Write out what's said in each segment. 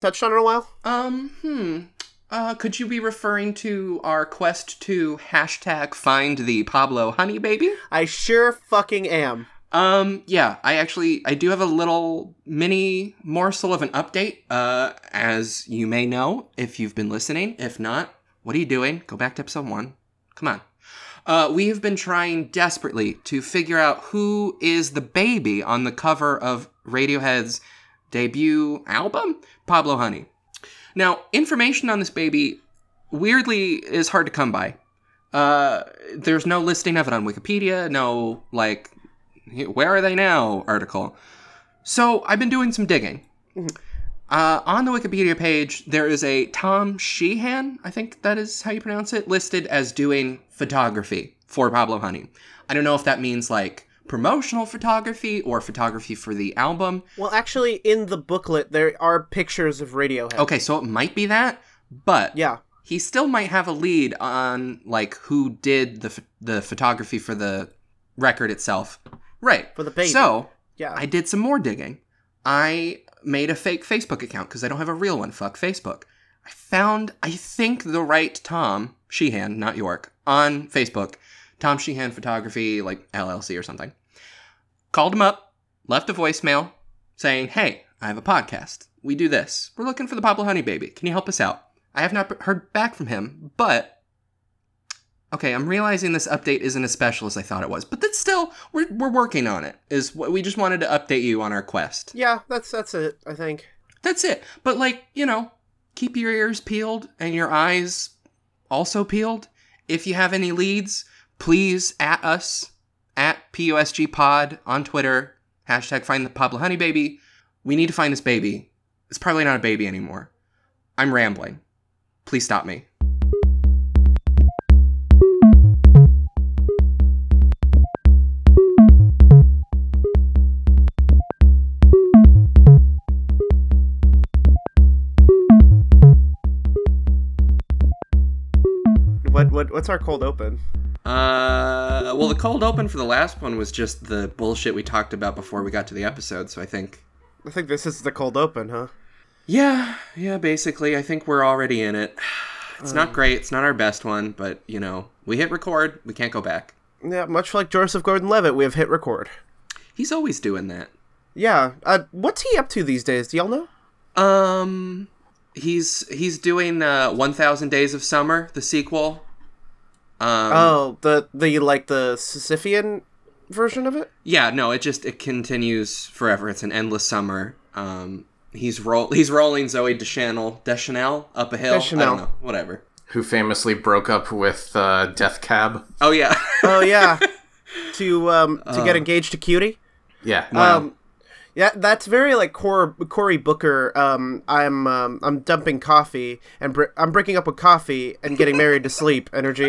touched on in a while? Um, hmm. Uh, could you be referring to our quest to hashtag find the Pablo honey baby? I sure fucking am. Um, yeah, I actually I do have a little mini morsel of an update. Uh, as you may know, if you've been listening. If not, what are you doing? Go back to episode one. Come on. Uh, we have been trying desperately to figure out who is the baby on the cover of Radiohead's debut album, Pablo Honey. Now, information on this baby weirdly is hard to come by. Uh, there's no listing of it on Wikipedia, no, like, where are they now article. So I've been doing some digging. Uh, on the Wikipedia page, there is a Tom Sheehan, I think that is how you pronounce it, listed as doing photography for Pablo Honey. I don't know if that means like promotional photography or photography for the album. Well, actually, in the booklet there are pictures of Radiohead. Okay, so it might be that, but Yeah. he still might have a lead on like who did the ph- the photography for the record itself. Right. For the baby. So, Yeah. I did some more digging. I made a fake Facebook account because I don't have a real one. Fuck Facebook. I found, I think, the right Tom Sheehan, not York, on Facebook. Tom Sheehan Photography, like LLC or something. Called him up, left a voicemail saying, Hey, I have a podcast. We do this. We're looking for the Pablo Honey Baby. Can you help us out? I have not heard back from him, but Okay, I'm realizing this update isn't as special as I thought it was, but that's still we're we're working on it. Is what we just wanted to update you on our quest. yeah, that's that's it, I think. That's it. But like, you know, keep your ears peeled and your eyes also peeled. If you have any leads, please at us at POSG Pod on Twitter. Hashtag find the Pablo Honey Baby. We need to find this baby. It's probably not a baby anymore. I'm rambling. Please stop me. What what what's our cold open? Uh, well, the cold open for the last one was just the bullshit we talked about before we got to the episode. So I think, I think this is the cold open, huh? yeah, yeah, basically, I think we're already in it. It's not great. It's not our best one, but you know, we hit record. We can't go back. Yeah, much like Joseph Gordon-Levitt, we have hit record. He's always doing that. Yeah. Uh, what's he up to these days? Do y'all know? Um, he's he's doing uh, One Thousand Days of Summer, the sequel. Um, Oh, the the like the Sisyphean version of it. yeah no it just it continues forever it's an endless summer um he's roll he's rolling zoe deschanel deschanel up a hill i Deschanel. don't know whatever Who famously broke up with uh, Death Cab? oh yeah Oh yeah. to um to get engaged to cutie. Yeah. Um, yeah, that's very like Cor- Cory Booker. Um, I'm um, I'm dumping coffee and br- I'm breaking up with coffee and getting married to sleep energy.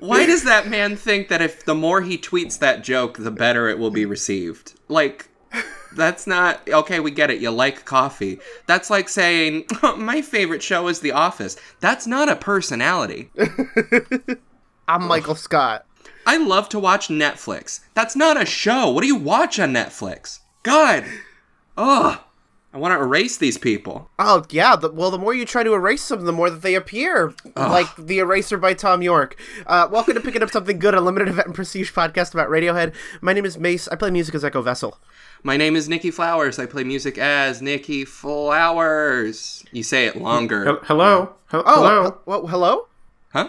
why does that man think that if the more he tweets that joke the better it will be received like that's not okay we get it you like coffee that's like saying my favorite show is the office that's not a personality I'm Michael Scott. i love to watch netflix that's not a show what do you watch on netflix god ugh i want to erase these people Oh yeah. The, well, the more you try to erase them, the more that they appear. Like the eraser by Tom York. Uh, welcome to picking up something good, a limited event and prestige podcast about Radiohead. My name is Mace. I play music as Echo Vessel. My name is Nikki Flowers. I play music as Nikki Flowers. You say it Hel- longer. hello. Hel- Oh, hello. he- well, hello. Huh?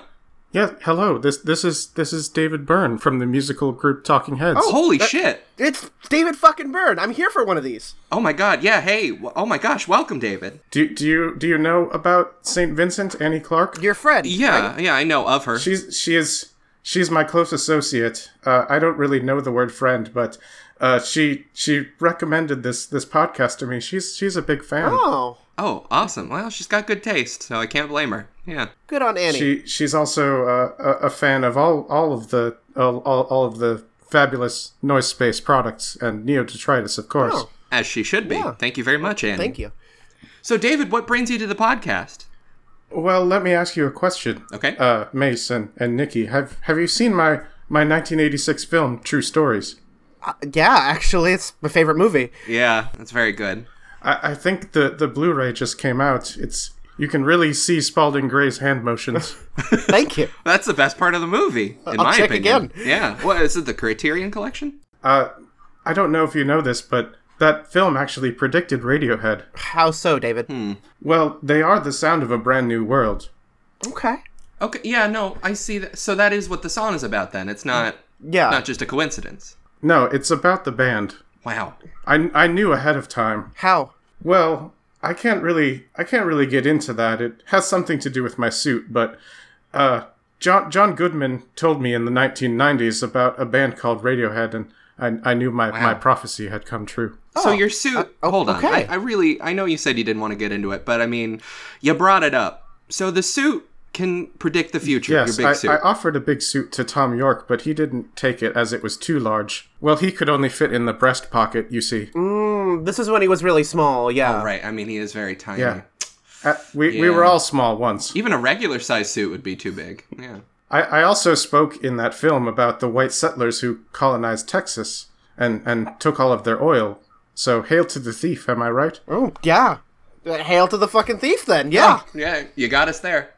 yeah. Hello. This this is this is David Byrne from the musical group Talking Heads. Oh. Holy shit. It's David fucking Byrne. I'm here for one of these. Oh my god. Yeah, hey. W- Oh my gosh. Welcome, David. Do, do you do you know about Saint Vincent Annie Clark? Your friend. Yeah, yeah, I know of her. She's she is she's my close associate. Uh, I don't really know the word friend, but uh, she she recommended this this podcast to me. She's she's a big fan. Oh, Oh, awesome. Well, she's got good taste, so I can't blame her. Yeah. good on Annie. She she's also uh, a, a fan of all all of the all, all, all of the fabulous noise space products and Neo Detritus, of course. Oh. As she should be. Thank you very much, Annie. Thank you. So, David, what brings you to the podcast? Well, let me ask you a question. Okay. Uh, Mace and, and Nikki, have have you seen my my 1986 film True Stories? Yeah, actually, it's my favorite movie. yeah, that's very good. I, I think the the Blu-ray just came out. It's you can really see Spalding Gray's hand motions. Thank you. That's the best part of the movie, in Uh, I'll my check opinion. again. Yeah. What is it? The Criterion Collection? Uh, I don't know if you know this, but that film actually predicted Radiohead. How so, David? Hmm. Well, they are the sound of a brand new world. Okay. Okay. Yeah. No, I see that. So that is what the song is about. Then it's not Yeah. not just a coincidence. No, it's about the band. Wow. I, I knew ahead of time. How? Well, I can't really I can't really get into that. It has something to do with my suit, but uh, John John Goodman told me in the 1990s about a band called Radiohead, and I, I knew my, my prophecy had come true. So your suit. oh, hold on. okay. I, I really. I know you said you didn't want to get into it, but I mean, you brought it up. So the suit can predict the future. Yes, your big I, suit. I offered a big suit to Tom York, but he didn't take it as it was too large. Well, he could only fit in the breast pocket, you see. Mm. This is when he was really small. Yeah. right. I mean, he is very tiny. Yeah. Uh, we, we Yeah. were all small once. Even a regular size suit would be too big. Yeah. I, I also spoke in that film about the white settlers who colonized Texas and, and took all of their oil. So hail to the thief, am I right? Oh yeah. Uh, Hail to the fucking thief, then. Yeah. Yeah. You got us there.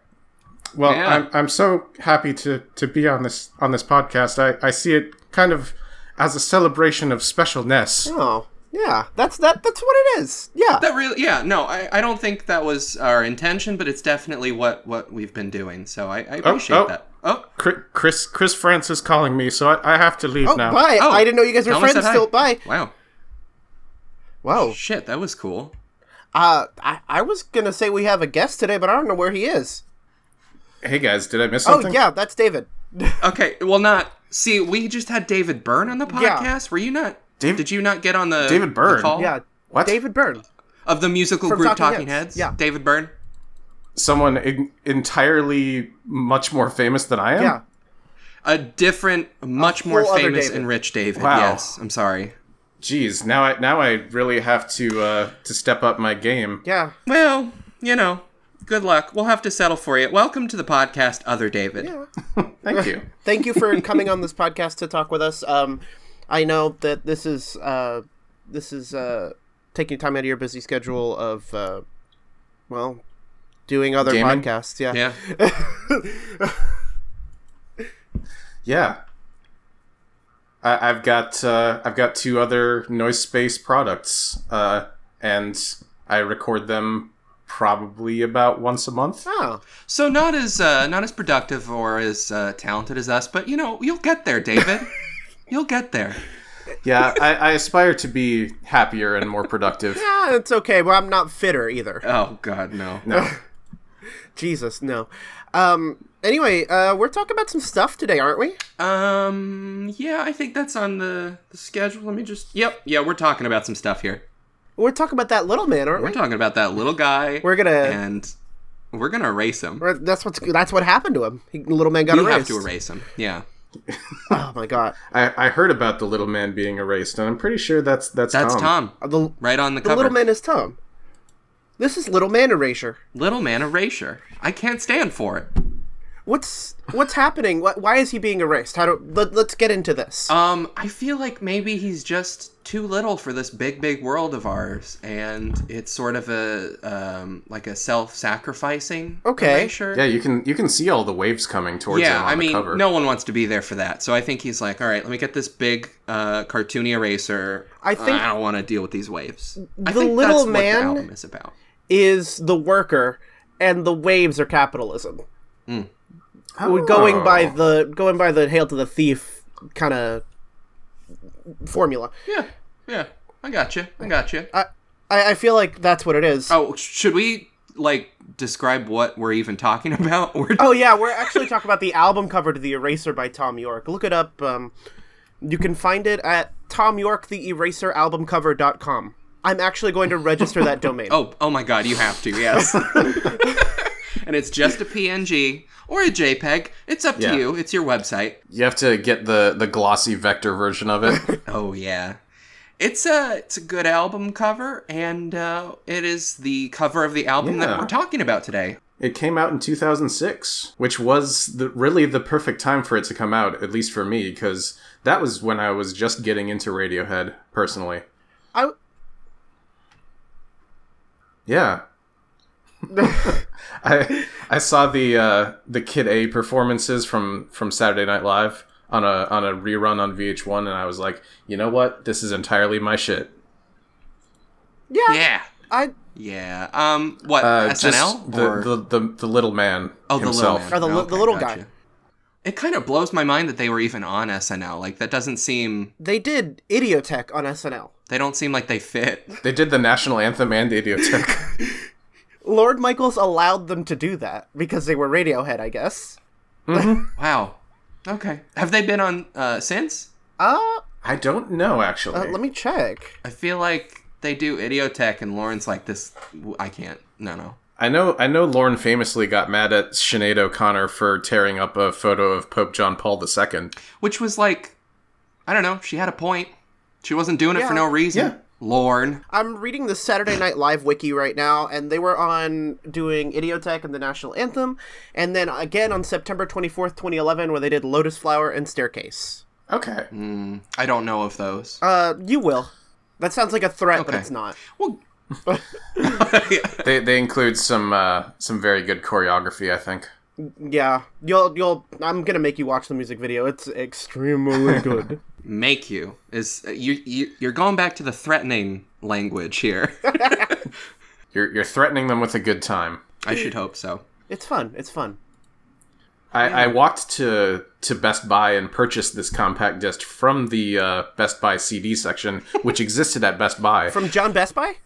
Well, Yeah. I'm, I'm so happy to, to be on this on this podcast. I, I see it kind of as a celebration of specialness. Oh. Yeah. That's that. That's what it is. Yeah. That really, yeah, no, I, I don't think that was our intention, but it's definitely what what we've been doing. So I, I appreciate oh. that. Oh, Chri- Chris Chris France is calling me, so I, I have to leave oh, now. bye. Oh. I didn't know you guys were Thelma said friends hi. still. Bye. wow, Wow. shit, that was cool. Uh, I, I was gonna say we have a guest today, but I don't know where he is. Hey guys, did I miss Oh something? yeah, that's David. Okay, well, not see, we just had David Byrne on the podcast. Yeah. Were you not? David- did you not get on the David the Byrne? call? Yeah. What? David Byrne. of the musical group Talking Talking, Heads. Heads. Yeah. David Byrne. Someone en- entirely much more famous than I am. Yeah. A different, much more whole other famous David. and rich David. Wow. Yes, I'm sorry. Jeez, now I now I really have to uh, to step up my game. Yeah. Well, you know, good luck. We'll have to settle for you. Welcome to the podcast, Other David. Thank you. Thank you for coming on this podcast to talk with us. Um, I know that this is uh, this is uh, taking time out of your busy schedule of uh, well, doing other Gaming? podcasts. Yeah. Yeah. I, I've got uh, I've got two other noise space products, uh, and I record them probably about once a month. Oh. So not as uh, not as productive or as uh, talented as us, but you know you'll get there, David. you'll get there. Yeah, I, I aspire to be happier and more productive. Ah, it's okay. Well, I'm not fitter either. Oh God, no. Jesus, no. Um, anyway, uh, we're talking about some stuff today, aren't we? Um, yeah, I think that's on the, the schedule. Let me just. Yep, yeah, we're talking about some stuff here. We're talking about that little man, aren't We're we? talking about that little guy. We're gonna- and we're gonna erase him. Or that's what's that's what happened to him. He, little man got You have erased. to erase him. Yeah, Oh my god. I, I heard about the little man being erased, and I'm pretty sure that's that's that's Tom. Uh, The, Right on the, the cover. little man is Tom. This is little man erasure. Little man erasure. I can't stand for it. What's what's happening? Why, why is he being erased? How do let, let's get into this? Um, I feel like maybe he's just too little for this big, big world of ours, and it's sort of a um, like a self-sacrificing. Okay. erasure. Yeah, you can you can see all the waves coming towards him Yeah, on I the mean, cover. no one wants to be there for that. So I think he's like, all right, let me get this big uh, cartoony eraser. Uh, I think- I don't want to deal with these waves. I The think Little that's Man- what the album is about. is the worker and the waves are capitalism. We're Oh. Going by Oh. the going by the hail to the thief kind of formula. Yeah, yeah, I got you. I got you. I, I feel like that's what it is. oh, should we like describe what we're even talking about? We're Oh yeah, we're actually talking about the album cover to The Eraser by Tom York. Look it up. Um, you can find it at tomyorktheeraseralbumcover.com. I'm actually going to register that domain. Oh, oh my God, you have to, yes. and it's just a PNG or a JPEG. It's up to Yeah. you. It's your website. You have to get the the glossy vector version of it. Oh yeah, it's a it's a good album cover, and uh, it is the cover of the album Yeah. that we're talking about today. It came out in 2006, which was the, really the perfect time for it to come out, at least for me, because that was when I was just getting into Radiohead personally. I Yeah. I I saw the uh, the Kid A performances from from Saturday Night Live on a on a rerun on VH1, and I was like, you know what, this is entirely my shit. Yeah, Yeah. I Yeah. Um. What Uh, SNL just the, or the, the the little man oh the little himself. man. Or the li- Okay, the little gotcha. guy. It kind of blows my mind that they were even on SNL. Like that doesn't seem. they did Idiotech on SNL. They don't seem like they fit. They did the national anthem and the Idiotech. Lord Michaels allowed them to do that because they were Radiohead, I guess. Wow. Okay. Have they been on uh, since? Uh, I don't know actually. uh let me check. I feel like they do Idiotech, and Lauren's like this. I can't. No, no. I know I know Lauren famously got mad at Sinead O'Connor for tearing up a photo of Pope John Paul II. Which was like, I don't know. She had a point. She wasn't doing it for Yeah. no reason. Yeah. Lorne. I'm reading the Saturday Night Live wiki right now, and they were on doing Idiotech and the National Anthem, and then again on September 24th, 2011, where they did Lotus Flower and Staircase. Okay. Mm, I don't know of those. Uh, you will. That sounds like a threat, but Okay. it's not. well, They they include some uh, some very good choreography, I think. Yeah, you'll you'll. I'm gonna make you watch the music video. It's extremely good. make you is uh, you, you. You're going back to the threatening language here. You're you're threatening them with a good time. I should hope so. it's fun. It's fun. I, I walked to to Best Buy and purchased this compact disc from the uh, Best Buy CD section, which existed at Best Buy. From John Best Buy.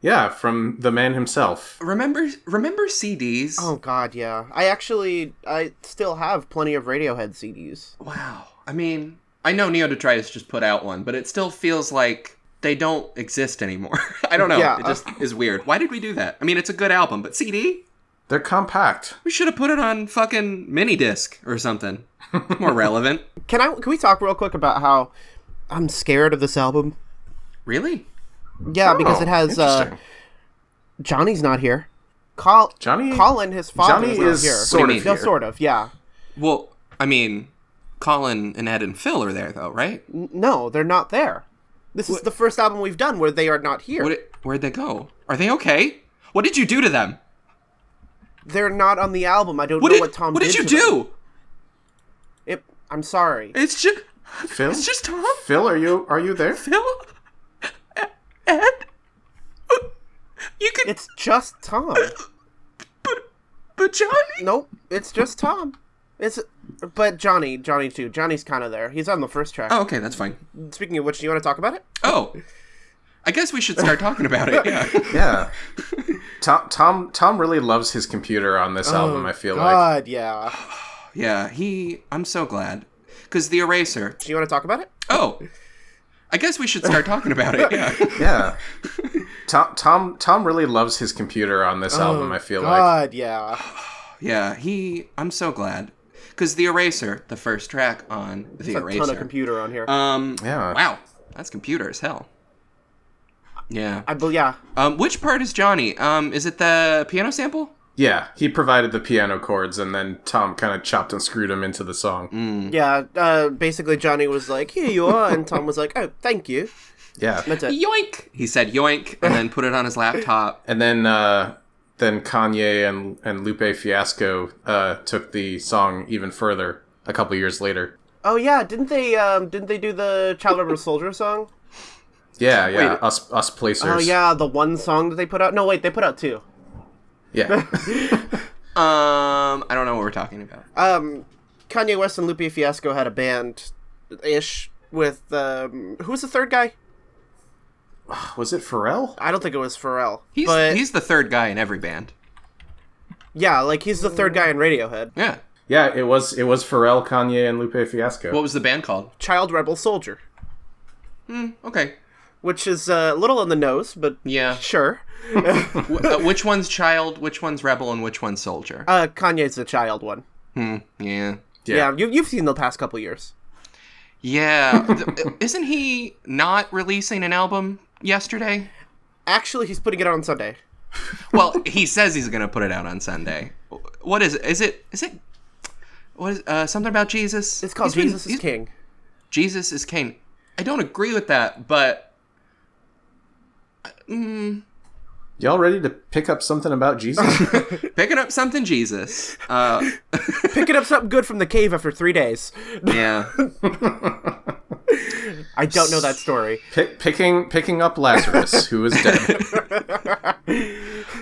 yeah, from the man himself. Remember, remember CDs. Oh God, yeah. I actually, I still have plenty of Radiohead CDs. Wow. I mean, I know Neo Detritus just put out one, but it still feels like they don't exist anymore. I don't know. Yeah, it just is weird. Why did we do that? I mean, it's a good album, but CD? They're compact. We should have put it on fucking mini disc or something. More relevant. Can I? Can we talk real quick about how I'm scared of this album? Really? Yeah, because it Oh, has uh, interesting. Johnny's not here. Col- Johnny- Colin, his father, Johnny is, not is here. sort What do you of no, here. sort of. Yeah. Well, I mean, Colin and Ed and Phil are there though, right? N- No, they're not there. This is the first album we've done where they are not here. What, where'd they go? Are they okay? What did you do to them? They're not on the album. I don't What know did, what Tom what did. did you to them. do? It, I'm sorry. It's just Phil, it's just Tom. Phil, are you are you there? Phil? Ed? You could It's just Tom. But Johnny? nope, it's just Tom. It's but Johnny, Johnny too. Johnny's kind of there. He's on the first track. Oh, okay, that's fine. Speaking of which, do you want to talk about it? Oh, I guess we should start talking about it. Yeah. Yeah. Tom Tom Tom really loves his computer on Oh, this album. I feel like. God, yeah. yeah, he. I'm so glad. Because the eraser. Do you want to talk about it? Oh, I guess we should start talking about it. Yeah. Yeah. Tom Tom Tom really loves his computer on this album, I feel like. Oh, God, yeah. Yeah, he. I'm so glad. Because the eraser, the first track on the A ton of eraser. computer on Uh, here. um. Yeah. Wow, that's computer as hell. Yeah. I believe. Yeah, Um. Which part is Johnny? Um. Is it the piano sample? Yeah, he provided the piano chords and then Tom kind of chopped and screwed him into the song. yeah. Uh, basically, Johnny was like, "Here you are," and Tom was like, "Oh, thank you." Yeah. That's it. Yoink! He said yoink, and then put it on his laptop. And then uh then Kanye and and Lupe Fiasco uh took the song even further a couple years later. Oh yeah, didn't they? Um, didn't they do the Child Rebel Soldier song? Yeah, yeah, Wait. us us placers. Oh yeah, the one song that they put out. No, wait, they put out two. Yeah. Um, I don't know what we're talking about. um, Kanye West and Lupe Fiasco had a band ish with um, who was the third guy? Was it Pharrell? I don't think it was Pharrell. He's but he's the third guy in every band. yeah, like he's the third guy in Radiohead. Yeah. Yeah, it was it was Pharrell, Kanye and Lupe Fiasco. What was the band called? Child Rebel Soldier, Okay. which is uh, a little on the nose, but Yeah. sure. Wh- uh, which one's child? Which one's rebel? And which one's soldier? Uh, Kanye's the child one. yeah. Hmm, Yeah, you, you've seen the past couple years. Yeah. Th- uh, Isn't he not releasing an album yesterday? Actually, he's putting it out on Sunday. Well, he says he's gonna put it out on Sunday. What is it? Is it? Is it? What is uh, something about Jesus? It's called He's been- Jesus he's- is King. Jesus is Cain. I don't agree with that, but mm, Y'all ready to pick up something about Jesus? Picking up something, Jesus. Uh, Picking up something good from the cave after three days. yeah. I don't know that story. Pick, picking picking up Lazarus, who is dead.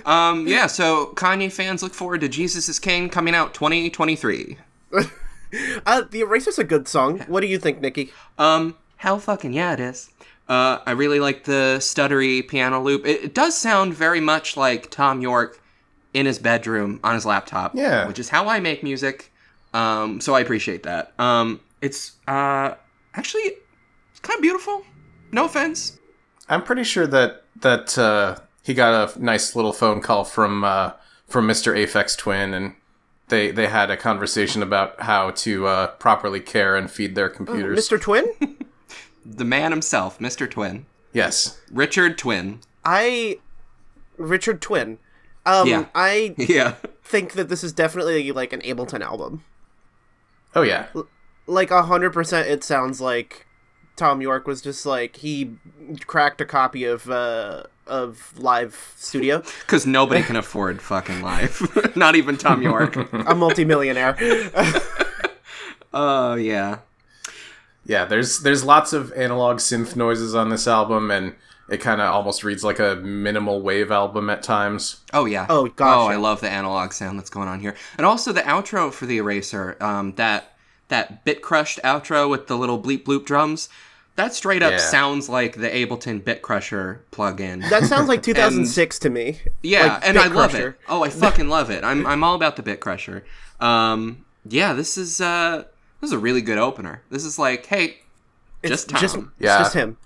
Um, yeah, so Kanye fans look forward to Jesus is King coming out 2023. Uh, the Eraser's a good song. What do you think, Nikki? Um, hell fucking yeah, it is. Uh, I really like the stuttery piano loop. It, it does sound very much like Tom York in his bedroom on his laptop. Yeah. Which is how I make music. Um, so I appreciate that. Um, it's, uh, actually, it's kind of beautiful. No offense. I'm pretty sure that that uh, he got a nice little phone call from uh, from Mr. Aphex Twin, and they they had a conversation about how to uh, properly care and feed their computers. Mr. Twin? The man himself, Mr. Twin. Yes, Richard Twin. I. Richard Twin. Um, Yeah. I Yeah. think that this is definitely like an Ableton album. oh yeah, Like, 100% it sounds like Tom York was just like, he cracked a copy of, uh, of Live Studio. Because nobody can afford fucking life. Not even Tom York. A multimillionaire. Oh, yeah. yeah. There's there's lots of analog synth noises on this album, and it kind of almost reads like a minimal wave album at times. Oh yeah. Oh, Oh, gotcha. I love the analog sound that's going on here, and also the outro for the Eraser. Um, that that bit crushed outro with the little bleep bloop drums. That straight up Yeah. sounds like the Ableton Bit Crusher plugin. that sounds like 2006 to me. yeah, like and Bit I love it. Crusher. Oh, I fucking love it. I'm I'm all about the Bit Crusher. Um, yeah, this is uh this is a really good opener. This is like, hey, just Tom. Just, it's Yeah. just him.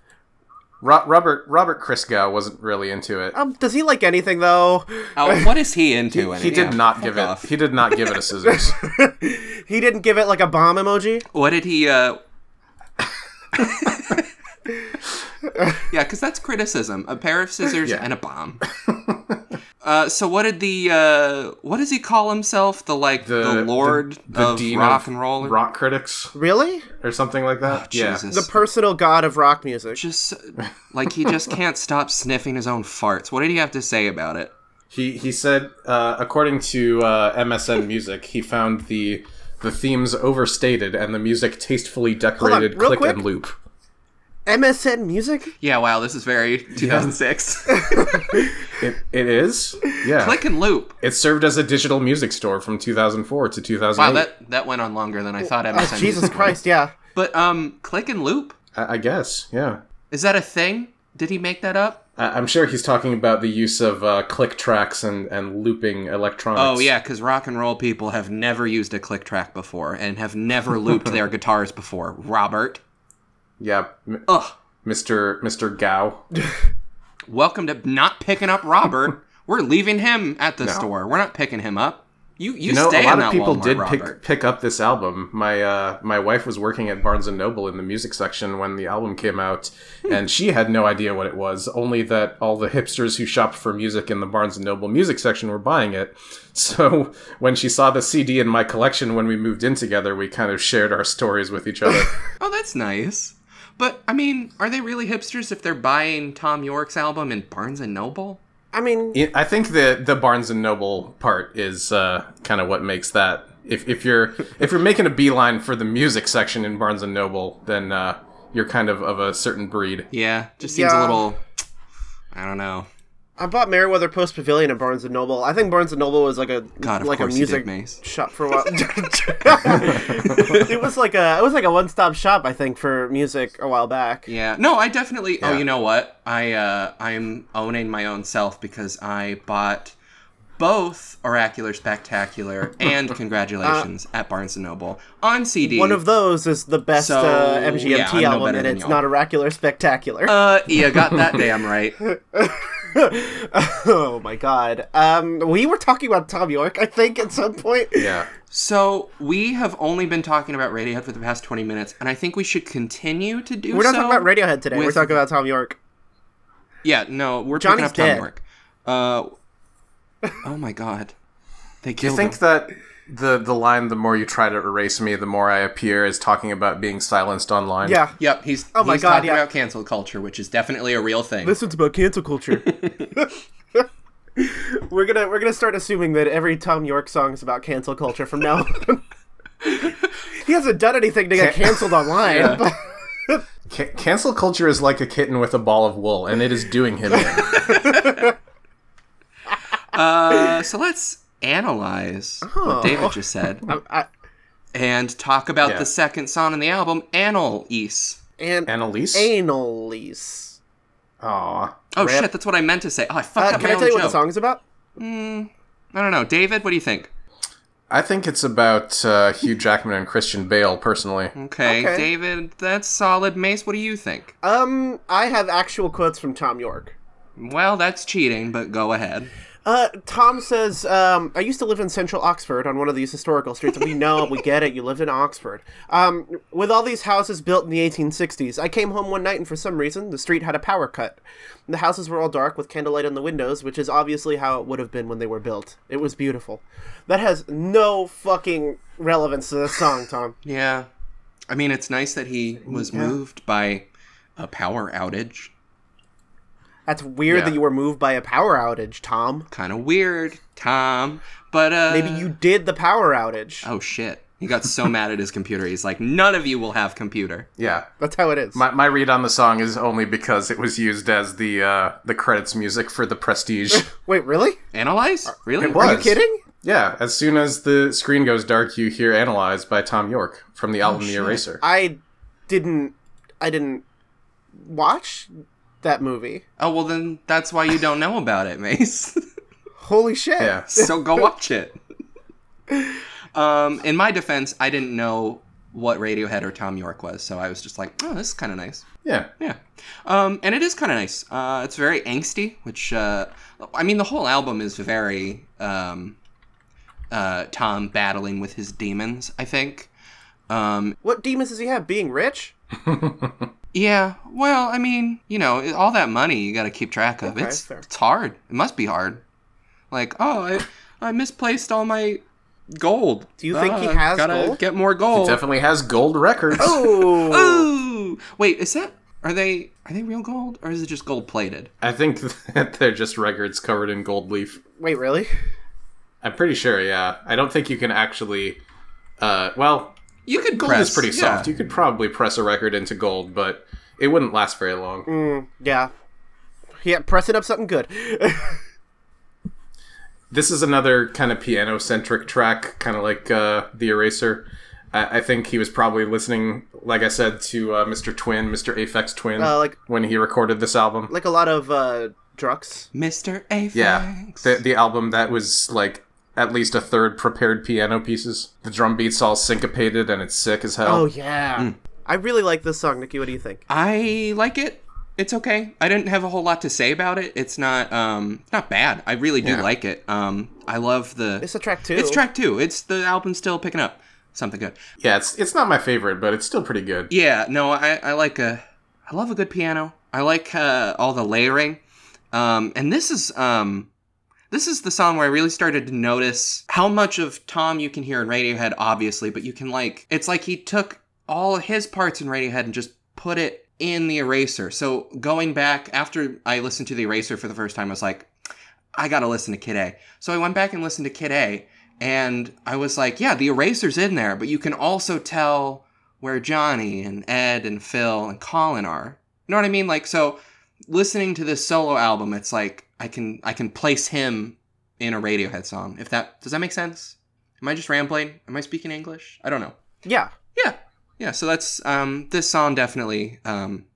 Ro- Robert Robert Christgau wasn't really into it. Um, does he like anything though? oh, what is he into? anyway? he did not Fuck give off. it. He did not give it a scissors. He didn't give it like a bomb emoji. What did he? uh Yeah, because that's criticism. A pair of scissors Yeah. and a bomb. uh, so what did the uh, what does he call himself? The like the, Lord of rock and roll. Oh, rock critics Really? or something like that. yeah. Jesus. The personal god of rock music. just like he just can't stop sniffing his own farts. What did he have to say about it? He he said, uh, according to uh, MSN Music, he found the the themes overstated and the music tastefully decorated, real click quick. and loop. MSN music? Yeah, wow, this is very 2006. It, it is, yeah. Click and loop. It served as a digital music store from 2004 to 2008. Wow, that that went on longer than I thought. MSN Oh, Jesus would. Christ, yeah. But um, click and loop I, I guess, yeah. is that a thing? Did he make that up? I, I'm sure he's talking about the use of uh, click tracks and, and looping electronics. Oh yeah, because rock and roll people have never used a click track before and have never looped their guitars before. Robert, yeah. M- ugh. Mr. Mr. Gao. Welcome to not picking up Robert. We're leaving him at the store. We're not picking him up. You you, You know, stay a lot in of that people Walmart, did Robert. pick pick up this album. My uh, my wife was working at Barnes and Noble in the music section when the album came out, Hmm. and she had no idea what it was. Only that all the hipsters who shopped for music in the Barnes and Noble music section were buying it. So when she saw the CD in my collection when we moved in together, we kind of shared our stories with each other. Oh, that's nice. But I mean, are they really hipsters if they're buying Tom York's album in Barnes and Noble? I mean, I I think the the Barnes and Noble part is uh, kind of what makes that. If, if you're if you're making a beeline for the music section in Barnes and Noble, then uh, you're kind of of a certain breed. Yeah, just seems a Yeah. little. I don't know. I bought Meriwether Post Pavilion at Barnes and Noble. I think Barnes and Noble was like a God, of like a course you music did, Mace. shop for a while. it was like a it was like a one stop shop I think for music a while back. Yeah. No, I definitely. Oh, you know what? I uh, I'm owning my own self because I bought both Oracular Spectacular and Congratulations at Barnes and Noble on CD. Uh, One of those is the best So, uh, yeah, MGMT I'm no album, better and than it's y'all. not oracular spectacular. Uh, yeah, got that damn right. oh my god. Um, we were talking about Tom York, I think, at some point. Yeah. So we have only been talking about Radiohead for the past twenty minutes, and I think we should continue to do. We're not so. talking about Radiohead today. We're with- talking about Tom York. Yeah, no, we're Johnny's picking up dead. Tom York. Uh, oh my god, they Do killed you think him. that the the line "the more you try to erase me, the more I appear" is talking about being silenced online? Yeah. Yep, he's Oh my he's God, talking yeah. about cancel culture, which is definitely a real thing. This one's about cancel culture. We're gonna we're gonna start assuming that every Tom York song is about cancel culture from now on. he hasn't done anything to get canceled online. but- Ca- cancel culture is like a kitten with a ball of wool, and it is doing him in. Uh, so let's analyze Oh. what David just said I- and talk about Yeah. the second song in the album, Annalise. and Annalise? Annalise. Aw. Oh Rip. shit, that's what I meant to say. Oh, I fucked Uh, up can my I own tell you what the joke. song's about? I don't know, David. What do you think? I think it's about uh, Hugh Jackman and Christian Bale, personally. Okay, Okay. David, that's solid. Mace, what do you think? Um, I have actual quotes from Tom York. Well, that's cheating, but go ahead. Uh, Tom says, um, I used to live in central Oxford on one of these historical streets. We know, we get it, you lived in Oxford. Um, with all these houses built in the 1860s, I came home one night and for some reason the street had a power cut. The houses were all dark with candlelight on the windows, which is obviously how it would have been when they were built. It was beautiful. That has no fucking relevance to this song, Tom. Yeah. I mean, it's nice that he was moved by a power outage. That's weird Yeah. that you were moved by a power outage, Tom. Kind of weird, Tom. But, uh. Maybe you did the power outage. Oh shit. He got so mad at his computer. He's like, none of you will have computer. Yeah. That's how it is. My, my read on the song is only because it was used as the uh, the credits music for The Prestige. Wait, really? Analyze? Really? It was. Are you kidding? yeah, as soon as the screen goes dark, you hear Analyzed by Tom York from the album The Eraser. I didn't I didn't watch that movie. Oh, well, then that's why you don't know about it, Mace. Holy shit. yeah. so go watch it. Um, in my defense, I didn't know what Radiohead or Tom York was, so I was just like, oh, this is kind of nice. Yeah. Yeah. Um, and it is kind of nice. Uh, it's very angsty, which, uh, I mean, the whole album is very um, uh, Tom battling with his demons, I think. Um, What demons does he have? Being rich? yeah, well, I mean, you know, it- all that money you got to keep track of. it's, fair. it's hard. It must be hard. Like, oh, I, I misplaced all my gold. Do you think he Ah, has gotta gold? get more gold. Definitely has gold records. Oh. Ooh. Wait, is that are they are they real gold or is it just gold plated? I think that they're just records covered in gold leaf. Wait, really? I'm pretty sure, yeah. I don't think you can actually. Uh, well, You could gold press, is pretty yeah. soft. You could probably press a record into gold, but it wouldn't last very long. Yeah. Yeah, press it up something good. This is another kind of piano centric track, kind of like uh, The Eraser. I-, I think he was probably listening, like I said, to uh, Mr. Twin, Mr. Aphex Twin, Uh, like- when he recorded this album. like a lot of uh drugs. Mr. A. yeah. The-, the album that was like at least a third prepared piano pieces. The drum beat's all syncopated and it's sick as hell. Oh yeah. Hmm. I really like this song, Nikki. What do you think? I like it. It's okay. I didn't have a whole lot to say about it. It's not um it's not bad. I really do like it. Um I love the It's a track too. It's track 2. It's the album still picking up something good. Yeah, it's it's not my favorite, but it's still pretty good. Yeah, no, I, I like a, I love a good piano. I like uh, all the layering, um, and this is um, this is the song where I really started to notice how much of Tom you can hear in Radiohead, obviously, but you can like it's like he took all of his parts in Radiohead and just put it in the Eraser. So going back after I listened to the Eraser for the first time, I was like, I gotta listen to Kid A. So I went back and listened to Kid A, and I was like, yeah, the eraser's in there, but you can also tell where Johnny and Ed and Phil and Colin are. You know what I mean? Like, so listening to this solo album, it's like I can I can place him in a Radiohead song. If that does that make sense? Am I just rambling? Am I speaking English? I don't know. Yeah. Yeah, yeah. So that's um, this song definitely um,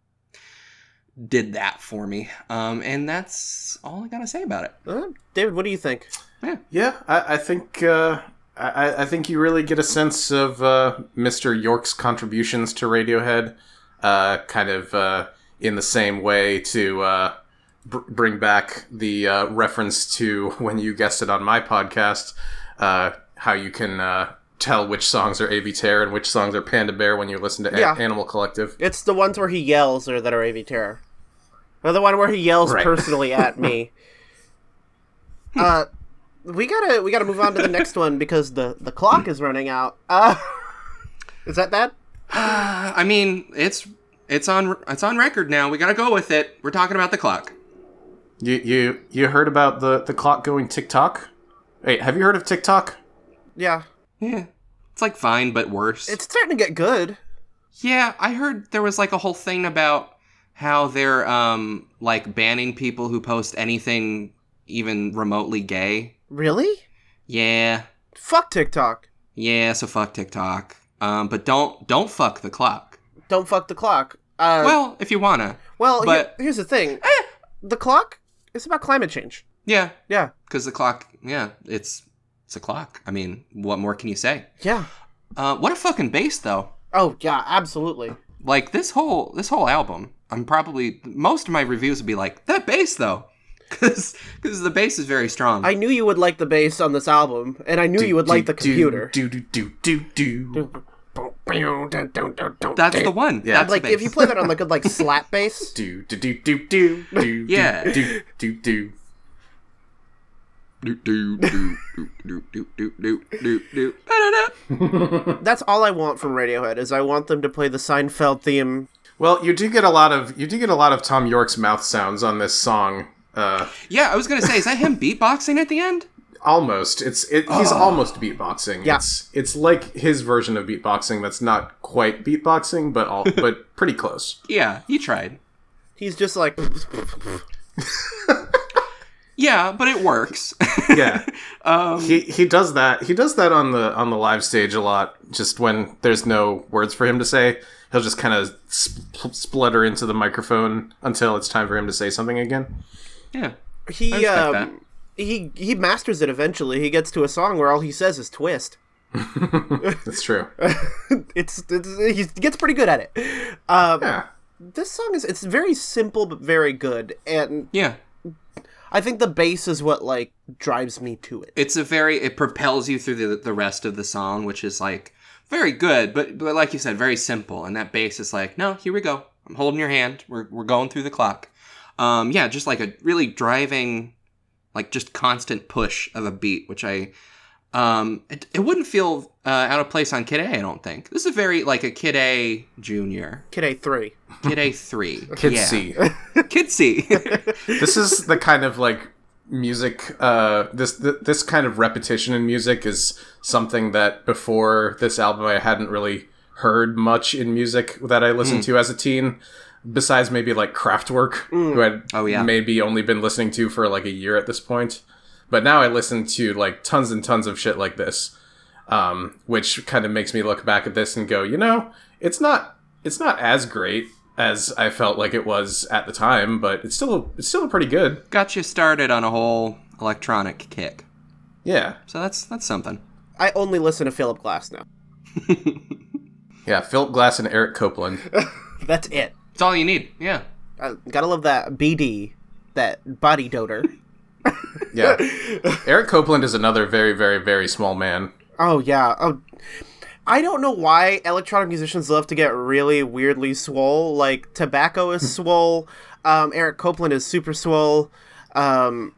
did that for me, um, and that's all I gotta say about it. Uh, David, what do you think? Yeah, I, I think uh, I, I think you really get a sense of uh, Mr. York's contributions to Radiohead, uh, kind of uh, in the same way to uh, br- bring back the uh, reference to when you guessed it on my podcast, uh, how you can uh, tell which songs are AV Terror and which songs are Panda Bear when you listen to A- Yeah. Animal Collective. It's the ones where he yells or that are AV Terror. Or the one where he yells Right. personally at me. uh we gotta we gotta move on to the next one because the the clock is running out. Uh is that bad? Uh, I mean, it's it's on it's on record now. We gotta go with it. We're talking about the clock. You you you heard about the the clock going tick tock? Wait, have you heard of TikTok? Yeah, Yeah. It's like Vine, but worse. it's starting to get good. Yeah, I heard there was like a whole thing about how they're um like banning people who post anything even remotely gay. Really? Yeah. Fuck TikTok. Yeah, so fuck TikTok. Um but don't don't fuck the clock. Don't fuck the clock. Uh, well, well, if you wanna. here- but- here's the thing. The clock is about climate change. Yeah, Yeah, cuz the clock, yeah, it's it's a clock. I mean, what more can you say? yeah. Uh what a fucking bass though. Oh yeah, absolutely. Like this whole this whole album, I'm probably most of my reviews would be like that bass though. Cuz cuz the bass is very strong. I knew you would like the bass on this album, and I knew you would like the computer. Do do do do do. That's the one. Yeah. That's like the bass. if you play that on like a like slap bass. do do do do do do. Yeah. Do do do. do do do do do do do do do da, da, da. That's all I want from Radiohead is I want them to play the Seinfeld theme. Well, you do get a lot of you do get a lot of Tom York's mouth sounds on this song. Uh, Yeah, I was gonna say, is that him beatboxing at the end? almost. It's it, he's almost beatboxing. Yeah. It's it's like his version of beatboxing that's not quite beatboxing, but all but pretty close. Yeah, he tried. He's just like Yeah, but it works. Yeah. he he does that. He does that on the on the live stage a lot. Just when there's no words for him to say, he'll just kind of spl- splutter into the microphone until it's time for him to say something again. yeah. I he respect that. um, he he masters it eventually. He gets to a song where all he says is twist. That's true. It's, it's he gets pretty good at it. Um, Yeah. This song is it's very simple but very good, and Yeah. I think the bass is what like drives me to it. It's a very it propels you through the the rest of the song, which is like very good, but but like you said, very simple. And that bass is like, no, here we go. I'm holding your hand. We're we're going through the clock. Um, yeah, just like a really driving, like just constant push of a beat, which I um, it, it wouldn't feel uh, out of place on Kid A. I don't think this is very like a Kid A junior, Kid A three. Kid A three, Kid Yeah. C. Kid C. This is the kind of like music. Uh, this th- this kind of repetition in music is something that before this album I hadn't really heard much in music that I listened Hmm. to as a teen. Besides maybe like Kraftwerk, who I'd Oh, yeah. maybe only been listening to for like a year at this point. But now I listen to like tons and tons of shit like this, um, which kind of makes me look back at this and go, you know, it's not it's not as great as I felt like it was at the time, but it's still it's still pretty good. Got you started on a whole electronic kick. Yeah, So that's that's something. I only listen to Philip Glass now. yeah. Philip Glass and Eric Copeland. That's it. It's all you need. Yeah. I, gotta love that BD, that body doter. Yeah, Eric Copeland is another very very very small man. Oh yeah. Oh, I don't know why electronic musicians love to get really weirdly swole. Like Tobacco is swole. Um, Eric Copeland is super swole. Um,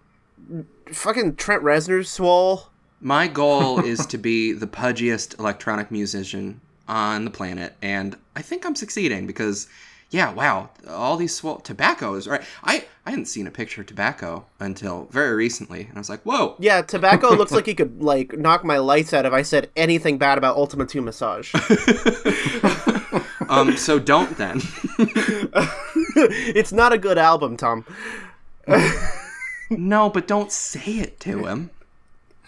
fucking Trent Reznor's swole. My goal is to be the pudgiest electronic musician on the planet, and I think I'm succeeding because, yeah, wow, all these swole tobaccos. Right, I I hadn't seen a picture of tobacco until very recently, and I was like, whoa, Yeah, Tobacco looks like he could like knock my lights out if I said anything bad about Ultima Two Massage. um, so don't then. it's not a good album, Tom. no, but don't say it to him.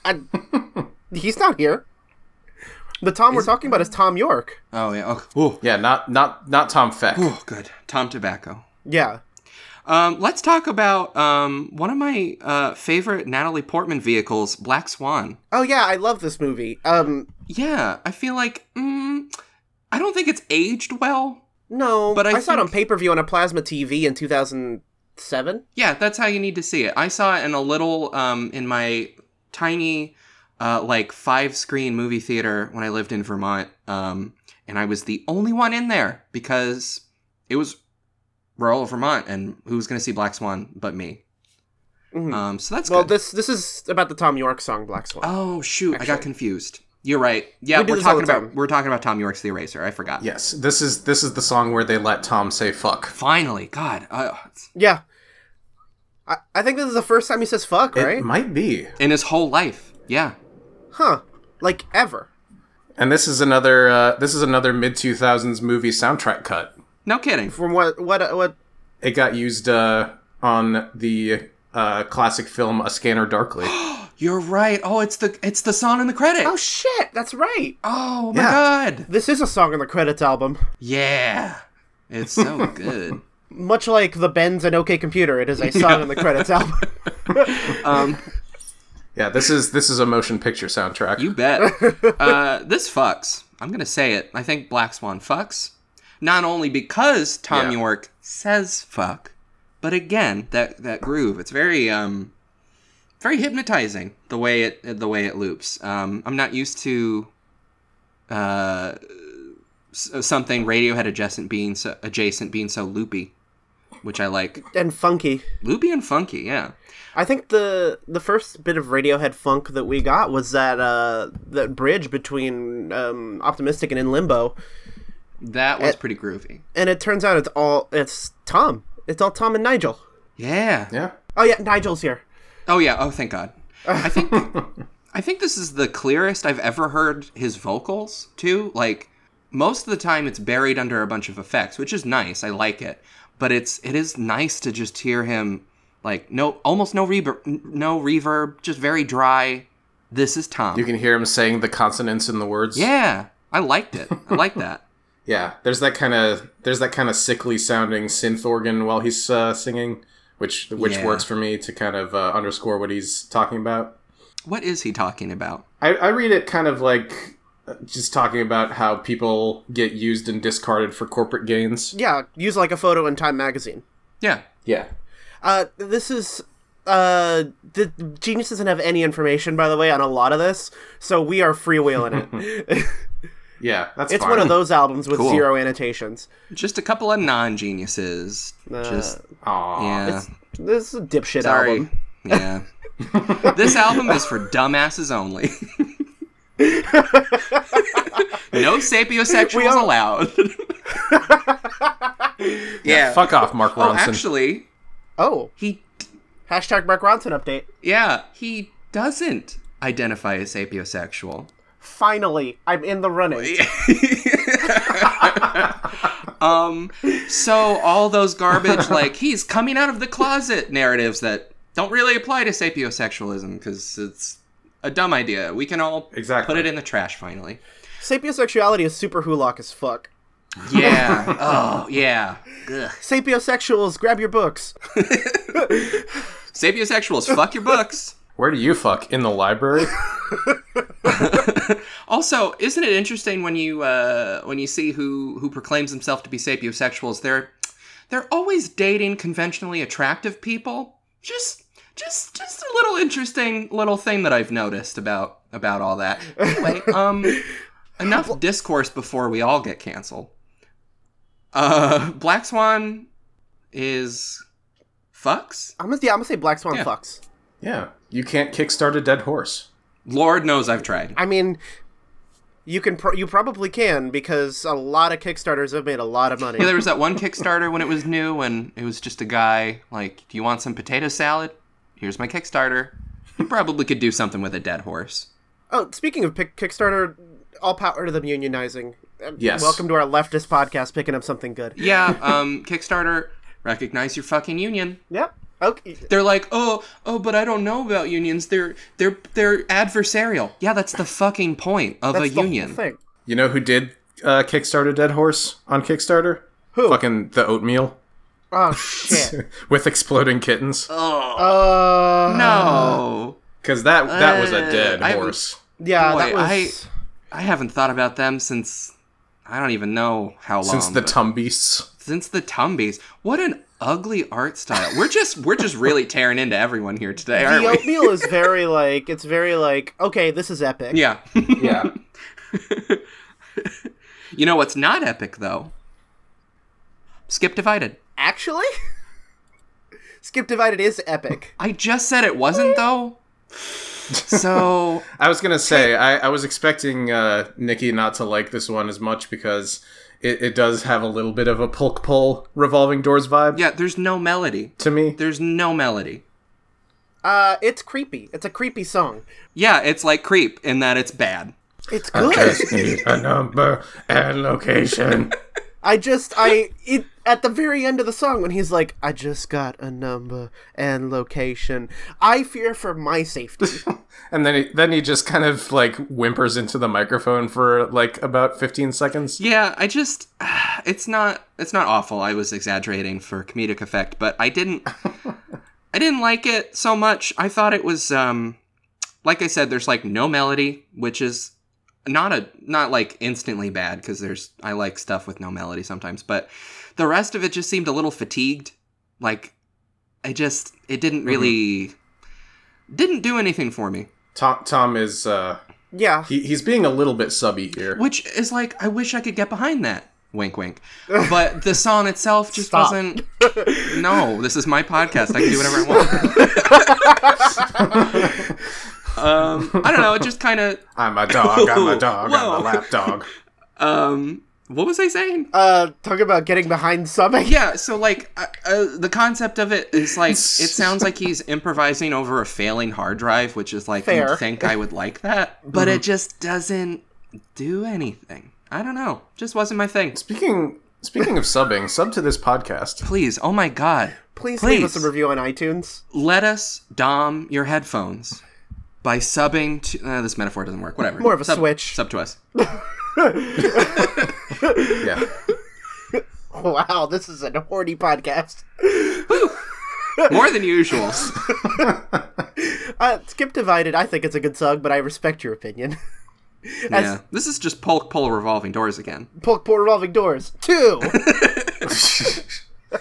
I, he's not here. The Tom we're talking about is Tom York. Oh yeah, okay. oh Yeah, not not not Tom Feck. oh, good. Tom Tobacco. Yeah. Um, let's talk about um, one of my uh, favorite Natalie Portman vehicles, Black Swan. Oh yeah, I love this movie. Um, Yeah, I feel like mm, I don't think it's aged well. No, But but I I, saw it on think- pay per view on a plasma TV in 2007. Yeah, that's how you need to see it. I saw it in a little um, in my tiny uh, like five screen movie theater when I lived in Vermont, um, and I was the only one in there because it was rural Vermont, and who was going to see Black Swan but me? Mhm. Um, so that's Well, good. this this is about the Tom York song Black Swan. oh shoot, I got Actually. confused. You're right. Yeah, We do we are this all talking the about time. we're talking about Tom York's The Eraser. I forgot. Yes, this is this is the song where they let Tom say fuck. Finally, God. Uh, it's- yeah. I, I think this is the first time he says fuck, It right? might be. in his whole life. Yeah. Huh. Like ever. And this is another uh, this is another mid two thousands movie soundtrack cut. No kidding. From what what what It got used uh, on the uh, classic film A Scanner Darkly. You're right. Oh, it's the it's the song in the credits. Oh shit, that's right. Oh my Yeah. god. This is a song in the credits album. Yeah. It's so good. Much like the Benz and OK Computer, it is a song in the credits album. Um yeah, this is this is a motion picture soundtrack. you bet. Uh this fucks. I'm going to say it. I think Black Swan fucks. Not only because Tom Yeah. York says fuck, but again, that that groove. It's very um very hypnotizing the way it the way it loops. Um I'm not used to uh s- something Radiohead adjacent being so adjacent being so loopy, which I like. and funky. Loopy and funky, yeah. I think the the first bit of Radiohead funk that we got was that uh that bridge between um optimistic and in limbo. That was pretty groovy. And it turns out it's all it's Tom. It's all Tom and Nigel. Yeah. Yeah. Oh yeah, Nigel's here. Oh yeah. Oh thank God. I think I think this is the clearest I've ever heard his vocals too. Like most of the time it's buried under a bunch of effects, which is nice. I like it. But it's it is nice to just hear him like no almost no reverb no reverb, just very dry. This is Tom. You can hear him saying the consonants in the words. yeah. I liked it. I like that. Yeah, there's that kind of there's that kind of sickly sounding synth organ while he's uh, singing, which which Yeah. works for me to kind of uh, underscore what he's talking about. What is he talking about? I, I read it kind of like uh, just talking about how people get used and discarded for corporate gains. Yeah, use like a photo in Time magazine. Yeah. Yeah, Uh, this is uh the genius doesn't have any information by the way on a lot of this so we are freewheeling it yeah, that's it's fine. one of those albums with Cool. zero annotations Uh, Just a couple of non geniuses. just Aw. yeah. this is a dipshit Sorry. album Yeah. this album is for dumbasses only. no sapiosexuals all- allowed. yeah. Fuck off, Mark oh, Ronson. actually, oh he hashtag mark ronson update yeah, he doesn't identify as sapiosexual. finally i'm in the running Um so all those garbage like he's coming out of the closet narratives that don't really apply to sapiosexualism cuz it's a dumb idea. We can all Exactly. put it in the trash finally. sapiosexuality is super hulock as fuck Yeah. oh, yeah. Ugh. sapiosexuals grab your books Sapiosexuals, fuck your books. Where do you fuck in the library? Also, isn't it interesting when you uh, when you see who who proclaims himself to be sapiosexuals? They're they're always dating conventionally attractive people. Just just just a little interesting little thing that I've noticed about about all that. Anyway, um, enough discourse before we all get canceled. Uh, Black Swan is fucks. i'm gonna yeah i'm gonna say black swan Yeah. fucks yeah, you can't kickstart a dead horse. Lord knows I've tried. i mean you can pro- you probably can because a lot of kickstarters have made a lot of money Yeah, there was that one Kickstarter when it was new, and it was just a guy like, "Do you want some potato salad? Here's my Kickstarter." You probably could do something with a dead horse. Oh, speaking of pick- Kickstarter, all power to them unionizing. Um, Yes. Welcome to our leftist podcast, picking up something good. Yeah, um, Kickstarter, recognize your fucking union. Yep. Okay. They're like, "Oh, oh, but I don't know about unions. They're they're they're adversarial." Yeah, that's the fucking point of That's a the whole union. thing. You know who did uh, kickstart a dead horse on Kickstarter? Who? Fucking the oatmeal Oh shit. with exploding kittens. Oh. uh, No, Because that that was a dead Uh, I- horse. Yeah, Boy, that was. I haven't thought about them since I don't even know how long. Since the tum beasts. since the Tumbies. What an ugly art style. We're just we're just really tearing into everyone here today, aren't The we? oatmeal is very like it's very like okay, this is epic. Yeah. Yeah. you know what's not epic though? Skip divided. Actually, Skip Divided is epic. I just said it wasn't though. So I was gonna say I, I was expecting uh, Nikki not to like this one as much because it, it does have a little bit of a pulk pull revolving doors vibe Yeah, there's no melody. to me. There's no melody. Uh, it's creepy. It's a creepy song. Yeah, it's like creep in that it's bad. It's good. need a number and location. I just I it at the very end of the song when he's like, I just got a number and location. I fear for my safety. And then he, then he just kind of like whimpers into the microphone for like about 15 seconds. Yeah, I just it's not it's not awful. I was exaggerating for comedic effect, but I didn't I didn't like it so much. I thought it was um like I said there's like no melody, which is not a not like instantly bad cuz there's I like stuff with no melody sometimes, but the rest of it just seemed a little fatigued. Like I just it didn't really didn't do anything for me. Tom Tom is uh yeah. he, he's being a little bit subby here. Which is like, I wish I could get behind that. Wink, wink. But the song itself just Stop. wasn't. No, this is my podcast. I can do whatever I want. um, I don't know. It just kind of. I'm a dog, I'm a dog, Whoa. I'm a lap dog. Um, what was I saying? Uh talk about getting behind something. Yeah, so like uh, uh, the concept of it is like it sounds like he's improvising over a failing hard drive, which is like Fair. Mm-hmm. you think I would like that, but it just doesn't do anything. I don't know. Just wasn't my thing. Speaking speaking of subbing, sub to this podcast. Please, oh my god, Please, Please. leave us a review on iTunes. let us dom your headphones by subbing to uh, this metaphor doesn't work whatever More of a Sub- switch. sub to us Yeah. Wow, this is a horny podcast. more than usual Uh, Skip Divided, I think it's a good song, but I respect your opinion. As yeah this is just polk pull revolving doors again Polk Port Revolving Doors, two!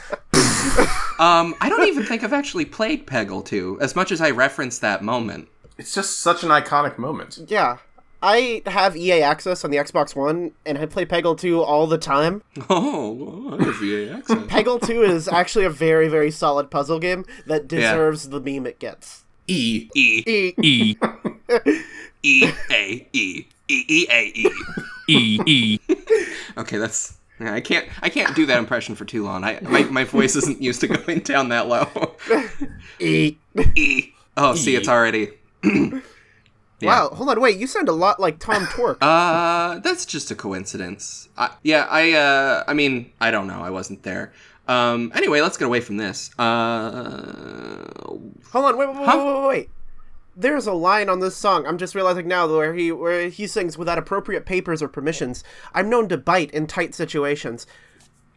um i don't even think i've actually played peggle 2 as much as i referenced that moment It's just such an iconic moment. yeah. I have EA access on the Xbox One, and I play Peggle 2 all the time. oh I have VA accent. Peggle 2 is actually a very, very solid puzzle game that Yeah. deserves the meme it gets. E. e E- E e a e e e a e E E. okay that's yeah, I can't. I can't do that impression for too long. I my, my voice isn't used to going down that low. e- E. Oh, see, it's already. Yeah. Wow, hold on, wait, you sound a lot like Tom Torque. Uh, that's just a coincidence. I, yeah, I. Uh, I mean, I don't know. I wasn't there. Um. Anyway, let's get away from this. Uh. Hold on, wait, wait, wait, Huh? wait, wait, wait. There's a line on this song. I'm just realizing now where he where he sings without appropriate papers or permissions. I'm known to bite in tight situations.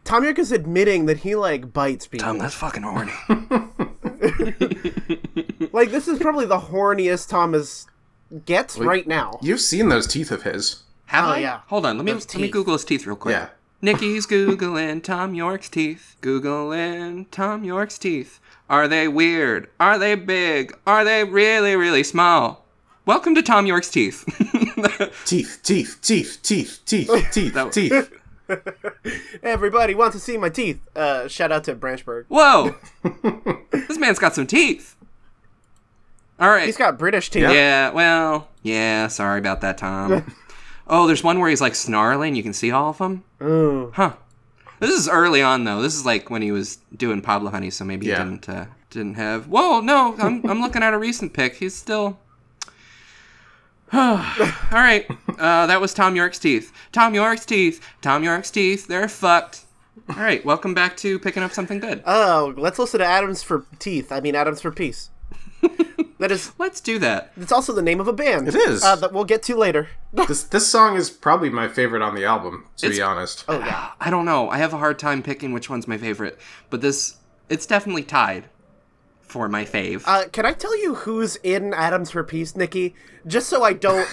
Tom York is admitting that he like bites people. Tom, that's fucking horny. Like this is probably the horniest Tom is gets right now. You've seen those teeth of his. Have Oh, I? yeah. Hold on. Let me Those let me teeth. Google his teeth real quick. Yeah. Nikki's googling Tom York's teeth. Googling Tom York's teeth. Are they weird? Are they big? Are they really really small? Welcome to Tom York's teeth. Teeth, teeth, teeth, teeth, teeth, teeth, That- teeth. Everybody wants to see my teeth. Uh, shout out to Branchburg. Whoa! this man's got some teeth. All right. He's got British teeth. yeah, well, yeah, sorry about that, Tom. oh, there's one where he's like snarling. You can see all of them. Ooh. Huh. This is early on though. This is like when he was doing Pablo Honey, so maybe Yeah. he didn't uh, didn't have. Whoa, no, I'm I'm looking at a recent pic. He's still. All right, uh, that was Tom York's teeth. Tom York's teeth. Tom York's teeth. They're fucked. All right, welcome back to picking up something good. Oh, let's listen to Adams for teeth. I mean Adams for peace. that is. Let's do that. It's also the name of a band. It is. Uh, that we'll get to later. Uh, This this song is probably my favorite on the album, to be honest. Oh yeah. I don't know. I have a hard time picking which one's my favorite, but this it's definitely tied for my fave. Uh, can I tell you who's in Adams for Peace, Nikki? Just so I don't,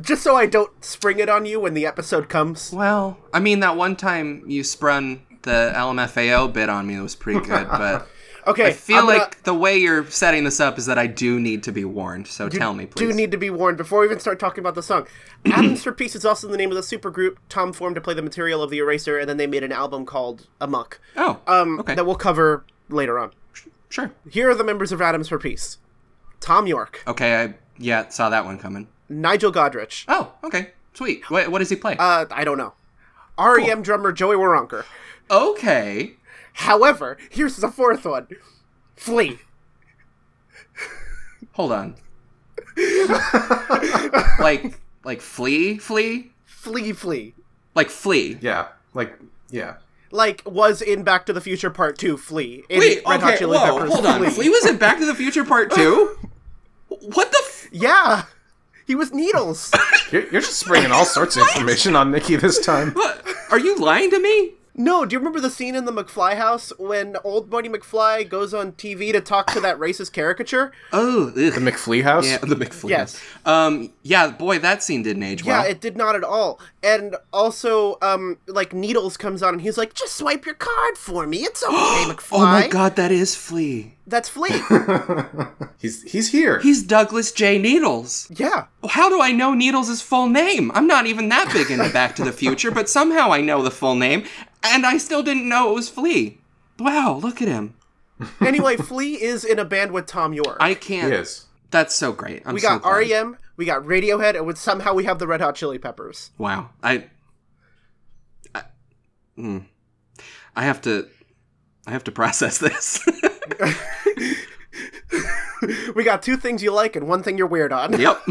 just so I don't spring it on you when the episode comes. well, I mean that one time you sprung the LMFAO bit on me that was pretty good, but Okay, I feel I'm gonna- like the way you're setting this up is that I do need to be warned. So tell me, please. do need to be warned before we even start talking about the song. Adams for Peace is also the name of the supergroup Tom formed to play the material of the Eraser, and then they made an album called Amok oh, um, okay, that we'll cover later on. sure. Here are the members of Adams for Peace: Tom York, Okay, I yeah saw that one coming. Nigel Godrich. Oh, okay, sweet. What, what does he play? Uh, I don't know. REM drummer Joey Waronker. Okay. However, here's the fourth one. Flea. Hold on. like like flea flea Flea Flea. like flea. Yeah, like yeah. Like was in Back to the Future Part 2 Flea. In Wait. Red Hot okay. Chili Whoa. Peppers Hold on. Flea. was in Back to the Future Part Two. What the? F- Yeah. He was Needles. You're, you're just bringing all sorts of information on Nikki this time. what? Are you lying to me? no, do you remember the scene in the McFly house when old Buddy McFly goes on TV to talk to that racist caricature? Oh. The Ugh. McFlea house. Yeah, the McFlea. Yes. Um. Yeah. Boy, that scene didn't age well. Yeah, it did not at all. And also, um, like Needles comes on and he's like, "Just swipe your card for me. It's okay, McFly." oh my God, that is Flea. that's Flea. He's he's here. He's Douglas J. Needles. yeah, How do I know Needles' full name? I'm not even that big into Back to the Future, but somehow I know the full name, and I still didn't know it was Flea. Wow, look at him. anyway, Flea is in a band with Tom York. I he can't. is. That's so great. I'm we got so glad. REM, we got Radiohead, and with somehow we have the Red Hot Chili Peppers. Wow. I. I, Hmm. I have to. I have to process this. We got two things you like and one thing you're weird on. yep.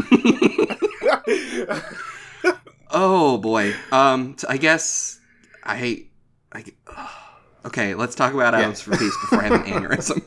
oh boy. Um. t- I guess I. I. Okay, let's talk about Atoms for Peace before I have an aneurysm.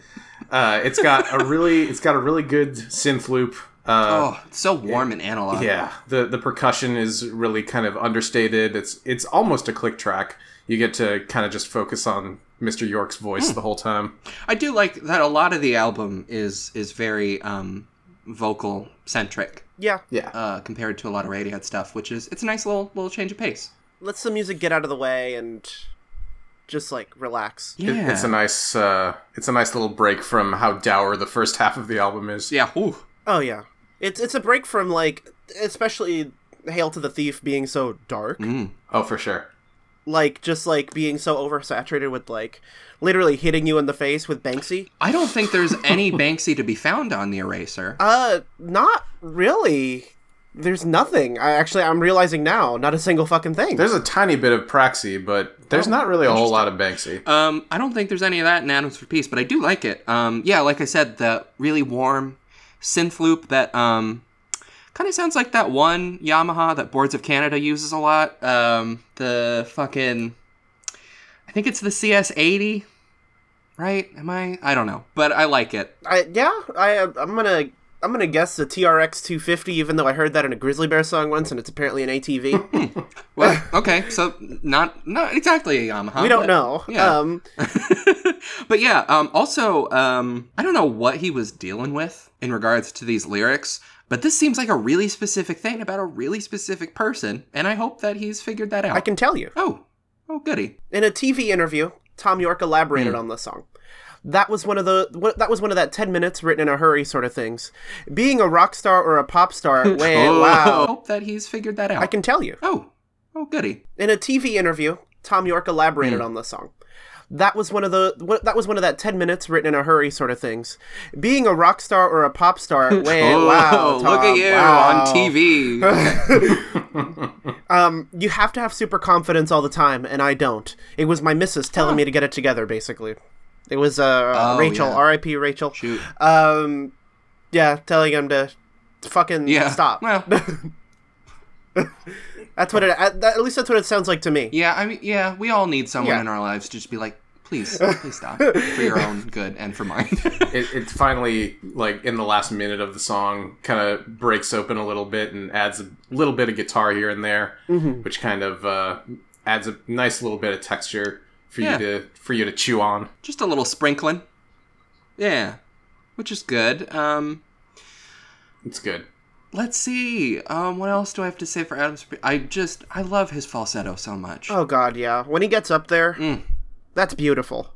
Uh, it's got a really it's got a really good synth loop. Uh, Oh, it's so warm and analog. Yeah, the the percussion is really kind of understated. It's it's almost a click track. You get to kind of just focus on Mr. York's voice Hmm. the whole time. I do like that a lot of the album is is very um vocal centric yeah, Yeah, uh compared to a lot of Radiohead stuff, which is it's a nice little little change of pace. let's the music get out of the way and just like relax. It- Yeah. it's a nice uh, it's a nice little break from how dour the first half of the album is. yeah, whew. Oh yeah, it's it's a break from like especially Hail to the Thief being so dark. Mm. Oh, for sure. like just like being so oversaturated with like literally hitting you in the face with Banksy. I don't think there's any Banksy to be found on the eraser. Uh, not really. There's nothing. I actually I'm realizing now, not a single fucking thing. There's a tiny bit of Praxi, but Oh, there's not really a whole lot of Banksy. Um, I don't think there's any of that in Atoms for Peace, but I do like it. Um, yeah, like I said, the really warm synth loop that um, kind of sounds like that one Yamaha that Boards of Canada uses a lot. Um, the fucking, I think it's the CS80, right? Am I? I don't know, but I like it. I yeah, I I'm gonna I'm gonna guess the TRX 250, even though I heard that in a Grizzly Bear song once, and it's apparently an ATV. Well, okay, so not not exactly a Yamaha. we don't but- know. yeah. Um, but yeah, um, also, um, I don't know what he was dealing with in regards to these lyrics, but this seems like a really specific thing about a really specific person, and I hope that he's figured that out. I can tell you. Oh, oh, goody. in a TV interview, Tom York elaborated on the song. That was one of the wha- that was one of that ten minutes written in a hurry sort of things. Being a rock star or a pop star, wait, Oh, I wow, hope that he's figured that out. I can tell you. Oh, oh, goody. In a TV interview, Tom York elaborated Hmm. on the song. That was one of the wha- that was one of that ten minutes written in a hurry sort of things. Being a rock star or a pop star, wait, oh, wow, Tom, look at you wow. on TV. Um, you have to have super confidence all the time, and I don't. It was my missus telling me to get it together, basically. It was uh, Oh, Rachel, yeah. R.I.P. Rachel. Shoot. Um, yeah, telling him to fucking Yeah. stop. Well, That's what it. At, at least that's what it sounds like to me. yeah, I mean, yeah, we all need someone Yeah. in our lives to just be like, please, please stop for your own good and for mine. It, it finally, like in the last minute of the song, kind of breaks open a little bit and adds a little bit of guitar here and there, which kind of uh, adds a nice little bit of texture for Yeah. you to for you to chew on. just a little sprinkling. Yeah, which is good. Um, It's good. let's see. Um, what else do I have to say for Adam? Sp- I just I love his falsetto so much. Oh God, yeah. When he gets up there, that's beautiful.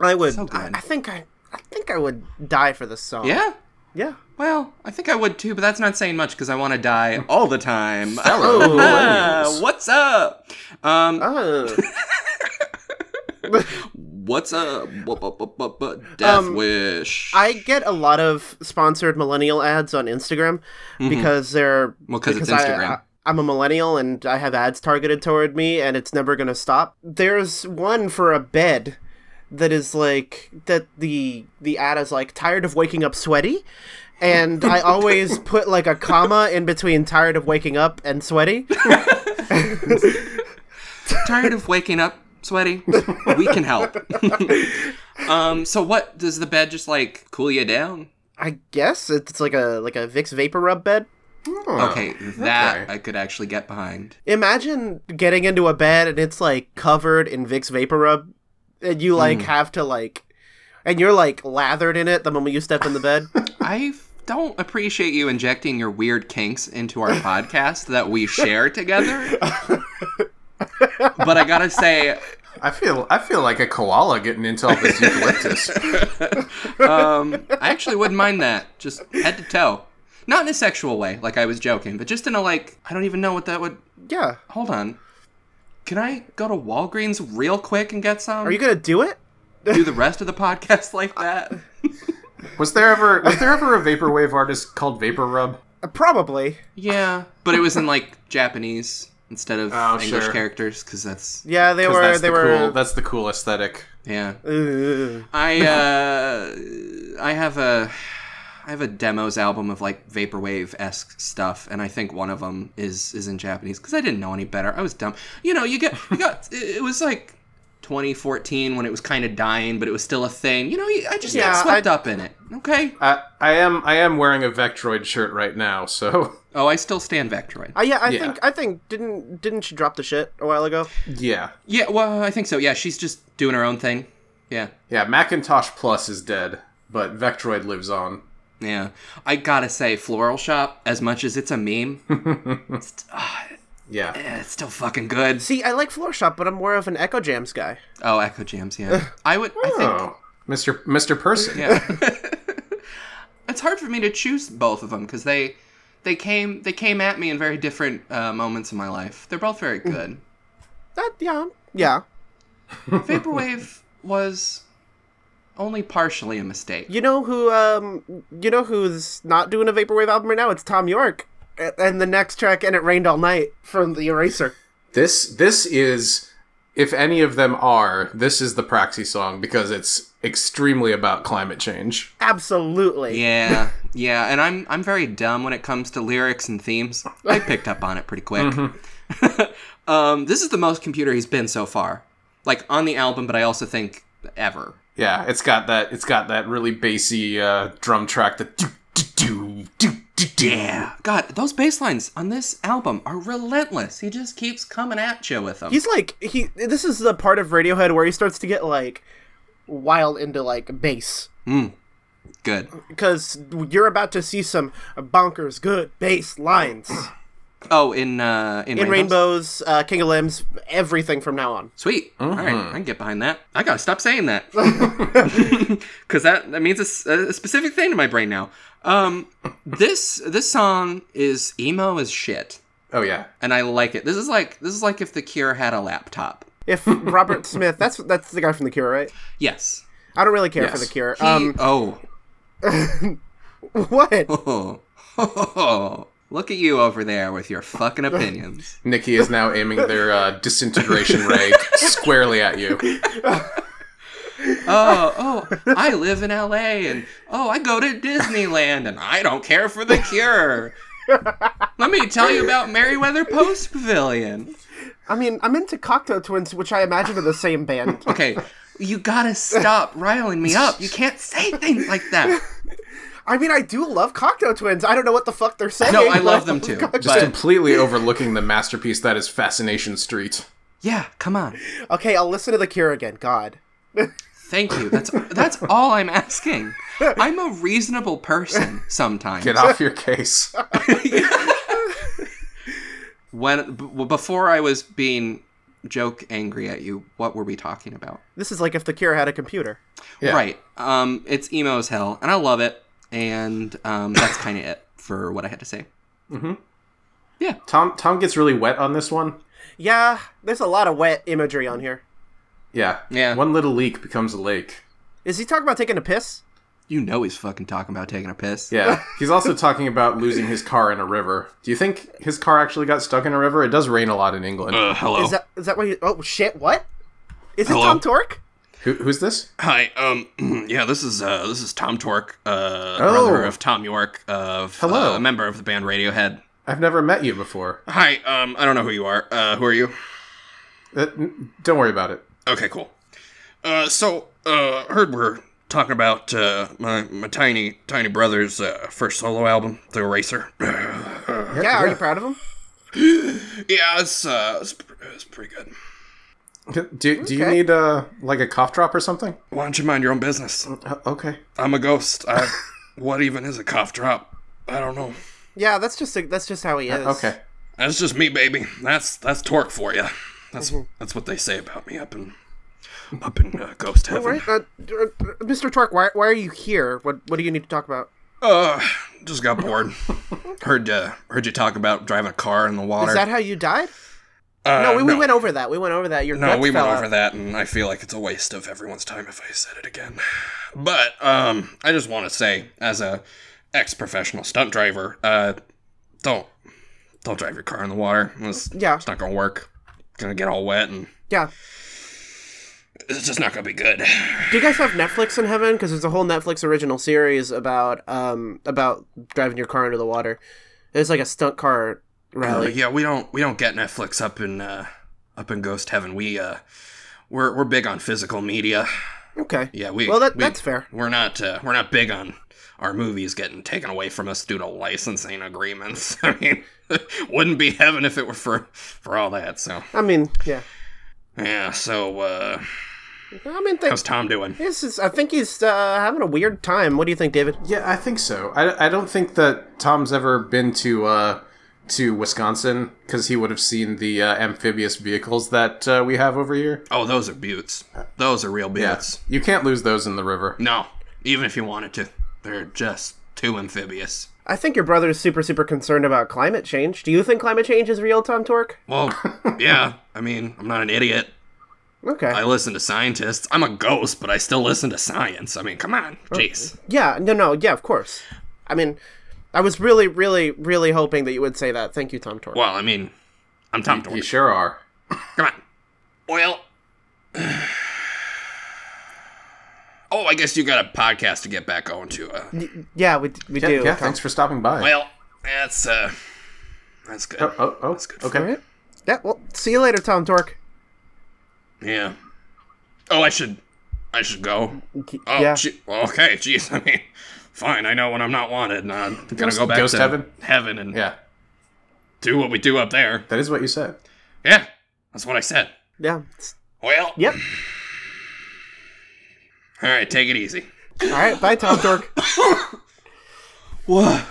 I would. Mm. So good. I, I think I. I think I would die for this song. Yeah. Yeah. Well, I think I would too, but that's not saying much because I want to die all the time. Ah, Hello, millennials. What's up? Um, Oh. what's up? Wha- wha- wha- wha- wha- Death wish. Um, I get a lot of sponsored millennial ads on Instagram because they're Well, 'cause it's because I- Mm-hmm. uh, Instagram. I, I'm a millennial and I have ads targeted toward me and it's never going to stop. There's one for a bed that is like that the the ad is like tired of waking up sweaty and I always put like a comma in between tired of waking up and sweaty. Tired of waking up sweaty? We can help. um, so what does the bed just like cool you down? I guess it's like a like a Vicks vapor rub bed. Oh, Okay, that okay. I could actually get behind. Imagine getting into a bed and it's like covered in Vicks vapor rub and you Hmm. like have to like and you're like lathered in it the moment you step in the bed. I f- don't appreciate you injecting your weird kinks into our podcast that we share together. but I gotta say, I feel I feel like a koala getting into all this eucalyptus. um, I actually wouldn't mind that. Just head to toe. Not in a sexual way, like I was joking, but just in a like, I don't even know what that would. yeah. Hold on. Can I go to Walgreens real quick and get some? Are you going to do it? do the rest of the podcast like that? was there ever was there ever a vaporwave artist called Vapor Rub? Uh, Probably. yeah, but it was in like Japanese instead of Oh, English sure. characters because that's Yeah, they 'Cause were that's they the cool, were that's the cool aesthetic. yeah. Ugh. I uh, I have a I have a demos album of like vaporwave esque stuff, and I think one of them is is in Japanese because I didn't know any better. I was dumb. You know, you get you got it, it was like 2014 when it was kind of dying, but it was still a thing. You know, you- I just got Yeah, swept I- up in it. Okay. I, I am I am wearing a Vectroid shirt right now, so Oh, I still stand Vectroid. Uh, yeah, I Yeah. think I think didn't didn't she drop the shit a while ago? yeah. yeah, well, I think so. Yeah, she's just doing her own thing. Yeah. Yeah, Macintosh Plus is dead, but Vectroid lives on. Yeah, I gotta say, Floral Shop. As much as it's a meme, it's, ah, Yeah. eh, it's still fucking good. See, I like Floor Shop, but I'm more of an Echo Jams guy. Oh, Echo Jams, yeah. I would. I think. Oh, Mr. Mr. Person. Yeah. it's hard for me to choose both of them because they they came they came at me in very different uh, moments in my life. They're both very good. That yeah, yeah. Vaporwave was only partially a mistake. You know who um you know who's not doing a vaporwave album right now? It's Tom York. A- And the next track and it rained all night from the Eraser. This this is if any of them are, this is the proxy song because it's extremely about climate change. Absolutely. Yeah, yeah, and I'm I'm very dumb when it comes to lyrics and themes. I picked up on it pretty quick. um, this is the most computer he's been so far, like on the album, but I also think ever. Yeah, it's got that it's got that really bassy uh, drum track that do do do do do. Yeah. God, those bass lines on this album are relentless. He just keeps coming at you with them. He's like he this is the part of Radiohead where he starts to get like wild into like bass good. because you're about to see some bonkers good bass lines Oh, in uh, in, in Rainbows? rainbows uh, king of limbs everything from now on Sweet. All right, Mm-hmm. I can get behind that. I gotta stop saying that because that that means a s- a, specific thing to my brain now. Um, this this song is emo as shit, Oh yeah. and I like it. This is like this is like if the Cure had a laptop. if robert smith that's that's the guy from the cure right Yes. i don't really care for Yes. the cure He- um oh. what Oh. Look at you over there with your fucking opinions. Nikki is now aiming their uh, disintegration ray squarely at you. oh, oh, I live in LA and oh, I go to Disneyland and I don't care for the cure. Let me tell you about Merriweather Post Pavilion. i mean i'm into cocteau twins which i imagine are the same band Okay, you gotta stop riling me up. You can't say things like that. i mean i do love cocteau twins i don't know what the fuck they're saying No, I but love them too. Just But completely overlooking the masterpiece that is Fascination Street. yeah, come on. okay i'll listen to the cure again god Thank you. That's that's all I'm asking. I'm a reasonable person sometimes. Get off your case. When b- before I was being joke angry at you, what were we talking about? this is like if the cure had a computer Yeah. Right. Um, it's emo as hell, and I love it. And um, that's kind of it for what I had to say. Tom Tom gets really wet on this one. yeah there's a lot of wet imagery on here Yeah. Yeah. One little leak becomes a lake. is he talking about taking a piss You know he's fucking talking about taking a piss. Yeah. He's also talking about losing his car in a river. Do you think his car actually got stuck in a river? It does rain a lot in England. Uh, hello. Is that is that why you? Oh shit! What? Is it Hello? Tom Torque? Who, who's this? Hi. Um. Yeah. This is uh. This is Tom Torque. Uh. Oh. Brother of Tom York. Of Hello. uh, a member of the band Radiohead. I've never met you before. Hi. Um. I don't know who you are. Uh. Who are you? Uh, n- don't worry about it. Okay. Cool. Uh. So. Uh. Heard we're talking about uh my my tiny tiny brother's uh, first solo album, The Eraser. Yeah, Are you proud of him? yeah. It's uh. It's, pr- it's pretty good. Do, do you Okay. need uh, like a cough drop or something? Why don't you mind your own business? Uh, okay. I'm a ghost. I, what even is a cough drop? I don't know. Yeah, that's just a, that's just how he is. Okay. That's just me, baby. That's that's torque for you. That's Mm-hmm. that's what they say about me up in up in uh, ghost heaven. All right, uh, d- uh, Mr. Torque, why, why are you here? What what do you need to talk about? Uh, just got bored. heard uh, heard you talk about driving a car in the water. Is that how you died? uh, No, we, we went over that. We went over that. Your No, guts we fell went out. over that, and I feel like it's a waste of everyone's time if I said it again. But um, I just want to say, as a ex-professional stunt driver, uh, don't don't drive your car in the water. It's, Yeah. it's not gonna work. Gonna get all wet, and Yeah. it's just not gonna be good. Do you guys have Netflix in heaven? Because there's a whole Netflix original series about um about driving your car into the water. It's like a stunt car Uh, rally. yeah, we don't we don't get Netflix up in uh, up in Ghost Heaven. We uh, we're we're big on physical media. Okay. Yeah, we Well, that, we- that's fair. We're not uh, we're not big on our movies getting taken away from us due to licensing agreements. I mean, wouldn't be heaven if it were for for all that. So I mean, yeah. yeah. So uh, I mean, how's thanks. Tom doing? This is, I think he's uh, having a weird time. What do you think, David? Yeah, I think so. I, I don't think that Tom's ever been to uh, to Wisconsin because he would have seen the uh, amphibious vehicles that uh, we have over here. Oh, those are buttes. Those are real buttes. You can't lose those in the river. No, even if you wanted to, they're just too amphibious. I think your brother is super, super concerned about climate change. Do you think climate change is real, Tom Torque? Well, yeah. I mean, I'm not an idiot. Okay. I listen to scientists. I'm a ghost, but I still listen to science. I mean, come on, Oh. jeez. Yeah, no, no, yeah, of course. I mean, I was really, really, really hoping that you would say that. Thank you, Tom Torque. Well, I mean, I'm Tom Dorn. You sure are. Come on. Well. Oh, I guess you got a podcast to get back going to. Uh, Yeah, we, we Yeah, do. yeah, Tom. thanks for stopping by. well, that's uh, that's good. oh, oh, oh, okay. All right. Yeah, well, see you later, Tom Torque. Yeah. Oh, I should, I should go. Oh, yeah. gee- well, okay. Jeez, I mean, fine. I know when I'm not wanted, and I'm gonna Ghost- go back ghost to heaven? heaven, and Yeah, do what we do up there. that is what you said. Yeah, that's what I said. yeah. it's- Well. Yep. All right, take it easy. All right, bye, Tom Torque. What?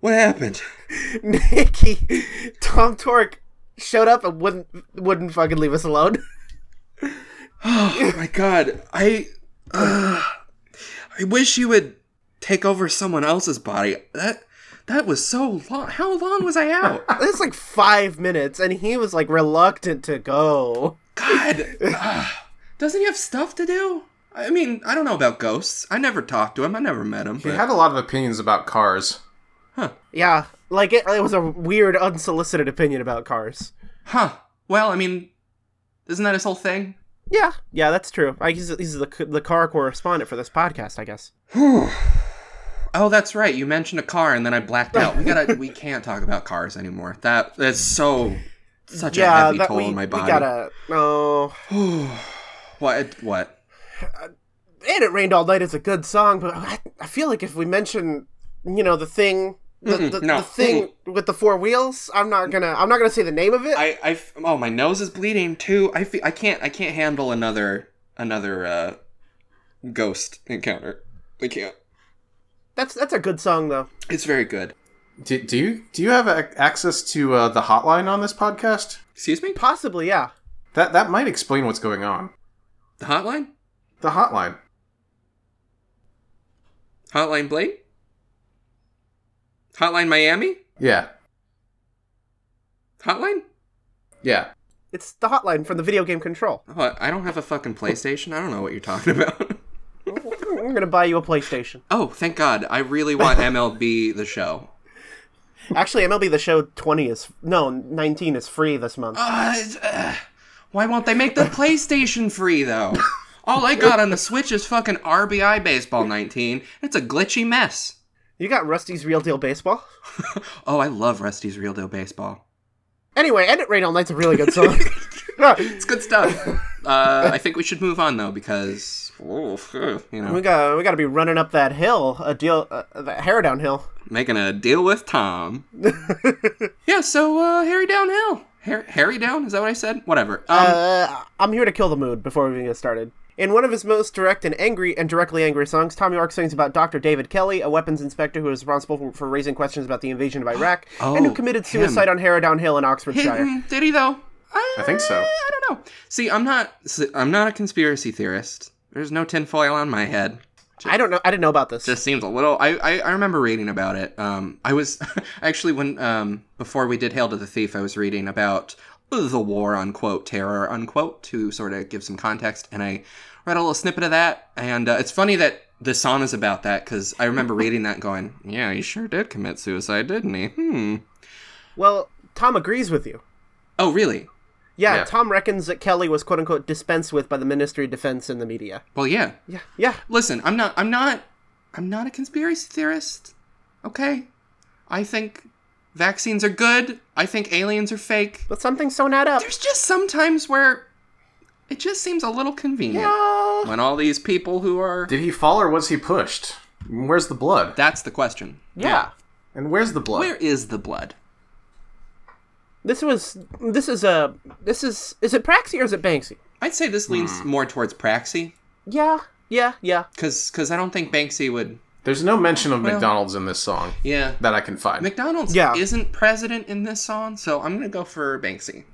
What happened? Nikki, Tom Torque showed up and wouldn't wouldn't fucking leave us alone. Oh my god, I uh, I wish you would take over someone else's body. That that was so long. How long was I out? It's like five minutes, and he was like reluctant to go. God, ah, doesn't he have stuff to do? I mean, I don't know about ghosts. I never talked to him. I never met him. He but- had a lot of opinions about cars. Yeah, like it, it was a weird, unsolicited opinion about cars. huh? Well, I mean, isn't that his whole thing? Yeah, yeah, that's true. I, he's he's the c- the car correspondent for this podcast, I guess. Oh, that's right. You mentioned a car, and then I blacked out. We gotta. we can't talk about cars anymore. That that's so such a yeah, heavy toll we, on E my body. we gotta. oh. No, what? What? and it rained all night is a good song, but I, I feel like if we mention, you know, the thing, the, Mm-mm, the, no. the thing with the four wheels, I'm not gonna I'm not gonna say the name of it. I, I f- oh my nose is bleeding too. I fe- I can't I can't handle another another uh, ghost encounter. I can't. that's that's a good song though. It's very good. Do, do you do you have a- access to uh, the hotline on this podcast? Excuse me. Possibly, yeah. That that might explain what's going on. The hotline. The hotline. Hotline Blade. Hotline Miami. Yeah, Hotline. yeah. It's the hotline from the video game Control. Oh, I- I don't have a fucking PlayStation. I don't know what you're talking about. I'm going to buy you a PlayStation. Oh, thank God. I really want MLB the show. Actually, MLB The Show 20 is no 19 is free this month. Uh, it's- uh, why won't they make the PlayStation free, though? All I got on the Switch is fucking RBI Baseball 19. It's a glitchy mess. You got Rusty's Real Deal Baseball. Oh, I love Rusty's Real Deal Baseball. Anyway, End It Rain All Night's a really good song. It's good stuff. Uh, I think we should move on, though, because, oh, phew, we you know, got we got to be running up that hill, a deal, uh, that hair down hill. making a deal with Tom. yeah, so uh, Harry Downhill. Har- Harry Down? Is that what I said? Whatever. Um, Uh, I'm here to kill the mood before we even get started. In one of his most direct and angry and directly angry songs, Tom York sings about Dr. David Kelly, a weapons inspector who is responsible for, for raising questions about the invasion of Iraq and who Oh, committed him. suicide on Harrowdown Hill in Oxfordshire. Hidden- Mm-hmm. Did he though? I, I think so. I don't know. See, I'm not. I'm not a conspiracy theorist. There's no tinfoil on my head. I don't know. I didn't know about this. Just seems a little. I, I, I remember reading about it. Um, I was actually when um before we did Hail to the Thief, I was reading about the war unquote terror unquote to sort of give some context, and I read a little snippet of that, and uh, it's funny that the song is about that because I remember reading that and going, yeah, he sure did commit suicide, didn't he? Hmm. well, Tom agrees with you. Oh, really? Yeah, Yeah. Tom reckons that Kelly was quote unquote dispensed with by the Ministry of Defense and the media. Well, yeah. Yeah, yeah. listen i'm not i'm not i'm not a conspiracy theorist okay i think vaccines are good i think aliens are fake But some things don't add up. there's just some times where it just seems a little convenient Uh, when all these people who are Did he fall or was he pushed? Where's the blood? that's the question yeah. And where's the blood? where is the blood This was. This is a. This is. Is it Praxi or is it Banksy? i'd say this leans Hmm. more towards praxi Yeah, yeah, yeah. because i don't think banksy would There's no mention of McDonald's in this song yeah that I can find. mcdonald's Yeah. isn't president in this song so i'm gonna go for banksy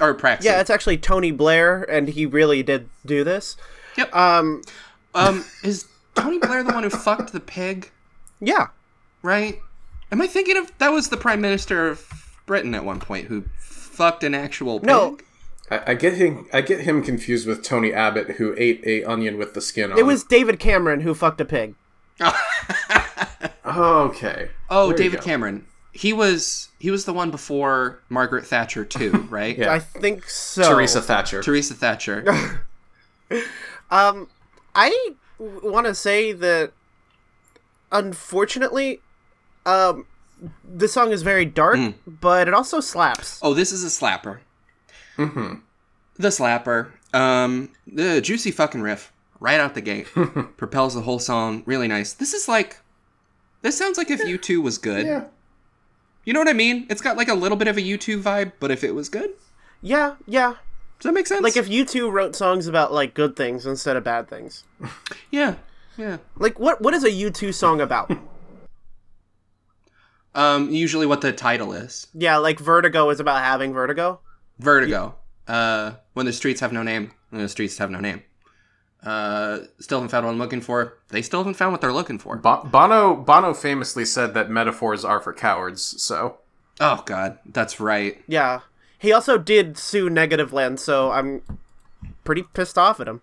or praxi Yeah, it's actually Tony Blair, and he really did do this. Yep. Um. um is tony blair the one who fucked the pig Yeah. right? Am I thinking of that was the prime minister of Britain at one point who fucked an actual pig? No, I, I get him. I get him confused with Tony Abbott, who ate a onion with the skin on. it was David Cameron who fucked a pig. okay. Oh, There you David go. Cameron. He was he was the one before Margaret Thatcher too, right? Yeah. I think so. Teresa Thatcher. Teresa Thatcher. Um, I want to say that, unfortunately, um, this song is very dark, Mm. but it also slaps. Oh, this is a slapper. Mm-hmm. The slapper. Um, the juicy fucking riff right out the gate propels the whole song. Really nice. This is like, this sounds like if U2 was good. Yeah. You know what I mean? It's got like a little bit of a U2 vibe, but if it was good, Yeah, yeah. does that make sense? Like if you two wrote songs about like good things instead of bad things. yeah, yeah. Like what? What is a U two song about? Um, usually what the title is. yeah, like Vertigo is about having vertigo. Vertigo. Uh, when the streets have no name. When the streets have no name. Uh, still haven't found what I'm looking for. They still haven't found what they're looking for. Bo- Bono Bono famously said that metaphors are for cowards. So Oh God, that's right. Yeah. He also did sue Negative Land, so I'm pretty pissed off at him.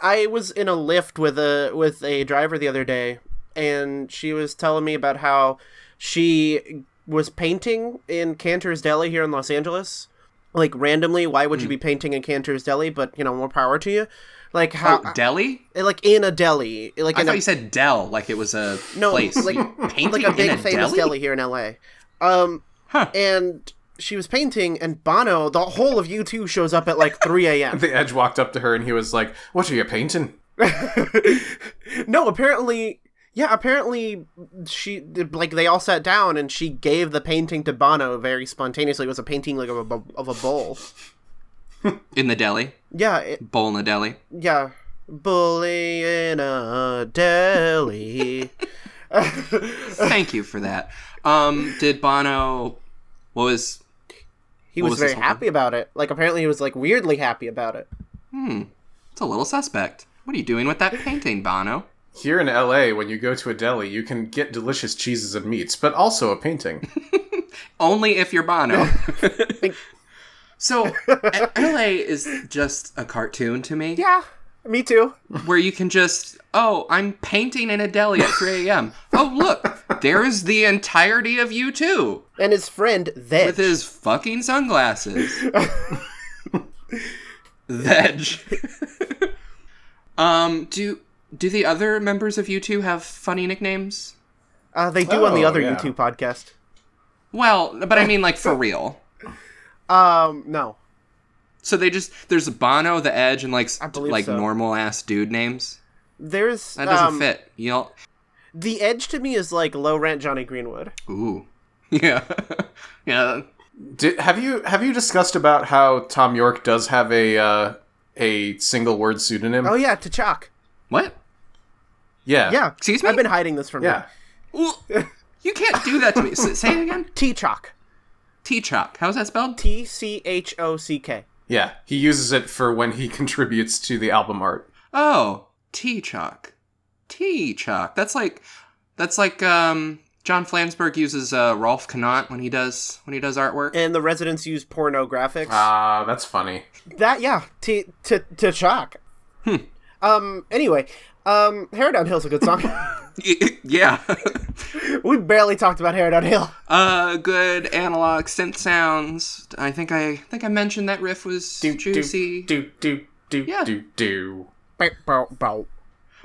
I was in a lift with a with a driver the other day and she was telling me about how she was painting in Cantor's Deli here in Los Angeles. Like randomly, why would Hmm. you be painting in Cantor's Deli? But you know, more power to you. Like how, Oh, Delhi? like in a deli, like I in a thought you said Dell, like it was a No, place. like- You painting like a big in a famous deli? deli here in LA. Um, Huh. and she was painting, and Bono, the whole of U2 shows up at like 3 a.m. the Edge walked up to her and he was like, "What are you painting?" no, apparently, yeah, apparently she like they all sat down, and she gave the painting to Bono very spontaneously. It was a painting like of a of a bowl. In the deli, Yeah, it, bowl in the deli. yeah, bully in a deli. Thank you for that. Um, did Bono? What was? He What was, was very this one? happy about it. Like apparently, he was like weirdly happy about it. It's a little suspect. What are you doing with that painting, Bono? Here in LA, when you go to a deli, you can get delicious cheeses and meats, but also a painting. Only if you're Bono. so, LA is just a cartoon to me. Yeah, me too. where you can just oh i'm painting in a deli at 3 a.m oh look there's the entirety of you too And his friend, Veg. with his fucking sunglasses veg um do do the other members of you two have funny nicknames uh, they do on the Oh, other yeah. YouTube podcast. well but i mean like for real Um, no. so they just there's bono the edge and like s- believe like so. normal ass dude names There's that doesn't um, fit you know The Edge to me is like low rent Johnny Greenwood. ooh yeah yeah Did, have you have you discussed about how Tom York does have a uh, a single word pseudonym? Oh yeah, T'Chak. what yeah, Yeah. Excuse me? I've been hiding this from yeah. you. Well, you can't do that to me. S- Say it again. T'Chok. T chalk. How's that spelled? T C H O C K. Yeah, he uses it for when he contributes to the album art. Oh, T chalk. T chalk. That's like that's like um John Flansburgh uses uh Rolf Connaught when he does when he does artwork. And the residents use pornographics. Ah, that's funny. that yeah, T T T'Chak. Hmm. Um. Anyway, um, Hair Down Hill's a good song. Y- yeah. we barely talked about Hair Down Hill. uh good analog synth sounds. I think I, I think I mentioned that riff was juicy. Do do do Yeah. do do. Ba-bow,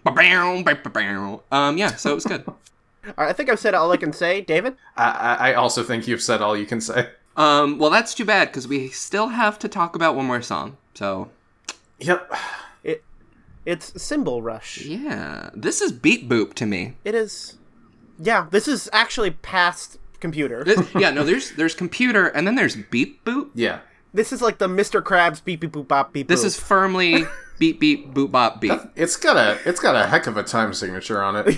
ba-ba-bow. Um yeah, so it was good. All right, I think I've said all I can say, David. I, I I also think you've said all you can say. um well that's too bad cuz we still have to talk about one more song. So Yep. It, it's Symbol Rush. Yeah, this is beat boop to me. It is. Yeah, this is actually past computer. This- yeah, no, there's there's computer and then there's beat boop. Yeah. This is like the Mr. Krabs beep beep boop bop beep. This boop. is firmly beat beep boop bop beat. It's got a it's got a heck of a time signature on it.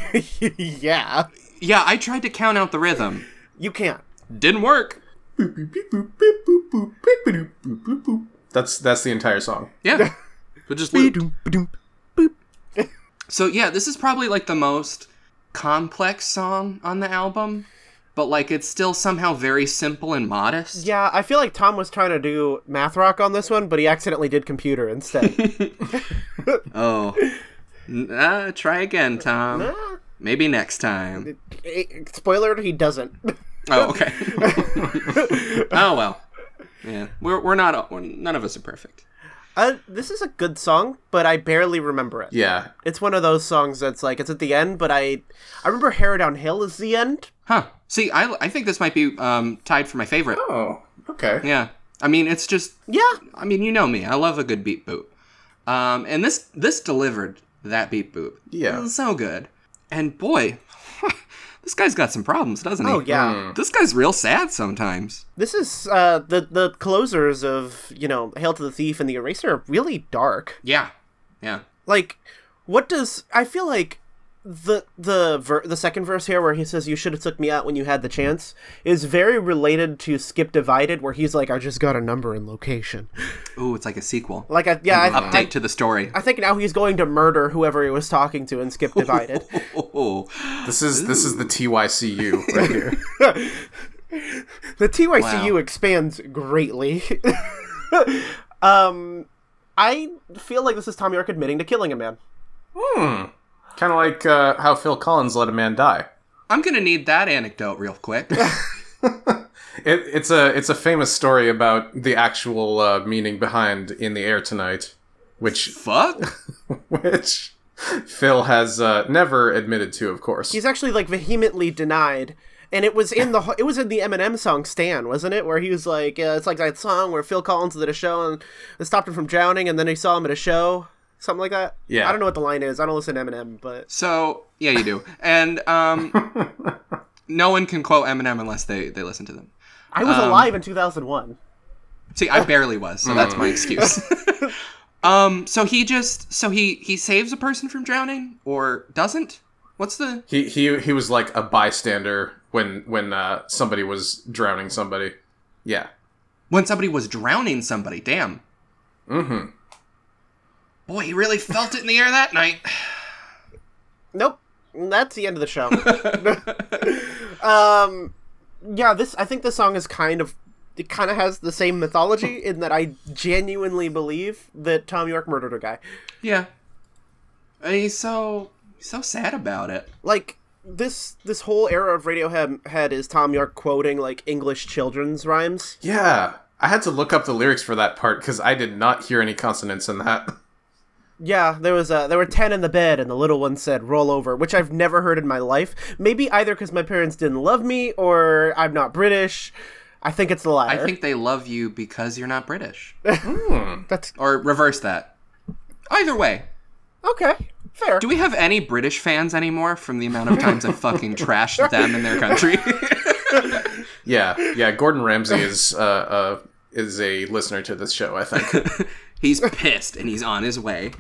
yeah, Yeah, I tried to count out the rhythm, you can't. didn't work. That's that's the entire song. Yeah, but just looped. So yeah, this is probably like the most complex song on the album, but like it's still somehow very simple and modest. Yeah, I feel like Tom was trying to do math rock on this one, but he accidentally did computer instead. Oh, N- uh, try again, Tom. Maybe next time. Ah. Eh, Spoiler: He doesn't. Oh, okay. oh well. Yeah, we're we're not we're, none of us are perfect. Uh, this is a good song, but I barely remember it. Yeah. It's one of those songs that's like it's at the end, but I I remember "Hair Down Hill" is the end. Huh. See, I I think this might be um tied for my favorite. Oh, okay. Yeah. I mean, it's just Yeah, I mean, you know me. I love a good beat boop. Um, and this this delivered that beat boop. Yeah. It was so good. And boy, this guy's got some problems, doesn't he? oh yeah. This guy's real sad sometimes. This is uh the the closers of you know "Hail to the Thief" and "The Eraser" are really dark. Yeah. Yeah. like what does i feel like the the ver- the second verse here where he says you should have took me out when you had the chance is very related to skip divided where he's like i just got a number and location Ooh, it's like a sequel. like I, yeah I, Update I, to the story. I think now he's going to murder whoever he was talking to in skip divided oh, This is this is the TYCU right here. the tycu Wow. expands greatly um i feel like this is tom york admitting to killing a man kind of like uh, how Phil Collins let a man die. I'm gonna need that anecdote real quick. It, it's a it's a famous story about the actual uh, meaning behind "In the Air Tonight," which Fuck. which Phil has uh, never admitted to, of course. he's actually like vehemently denied and it was in the it was in the Eminem song "Stan," wasn't it? Where he was like, uh, "It's like that song where Phil Collins did a show and it stopped him from drowning, and then he saw him at a show, something like that." Yeah. I don't know what the line is. I don't listen to Eminem, but So yeah, you do, and um, no one can quote Eminem unless they they listen to them. I was alive in 2001. See, I barely was, so that's Mm. my excuse. um, so he just so he he saves a person from drowning or doesn't. What's the he he he was like a bystander when when uh, somebody was drowning somebody. Yeah. when somebody was drowning somebody? Damn. Mm-hmm. Boy, he really felt it in the air that night. Nope, that's the end of the show. um, yeah, this I think this song is kind of it kind of has the same mythology in that I genuinely believe that Tom York murdered a guy. Yeah. And he's so he's so sad about it. like this this whole era of Radiohead head is Tom York quoting like English children's rhymes. Yeah. I had to look up the lyrics for that part because I did not hear any consonants in that. Yeah, there was uh there were ten in the bed, and the little one said "roll over," which I've never heard in my life. Maybe either because my parents didn't love me, or I'm not British. I think it's the I latter. think they love you because you're not British. Hmm. Hmm. that's or reverse that. Either way, okay. Fair. do we have any British fans anymore from the amount of times I fucking trashed them in their country? Yeah, yeah. Gordon Ramsay is uh, uh, is a listener to this show. I think. he's pissed and he's on his way.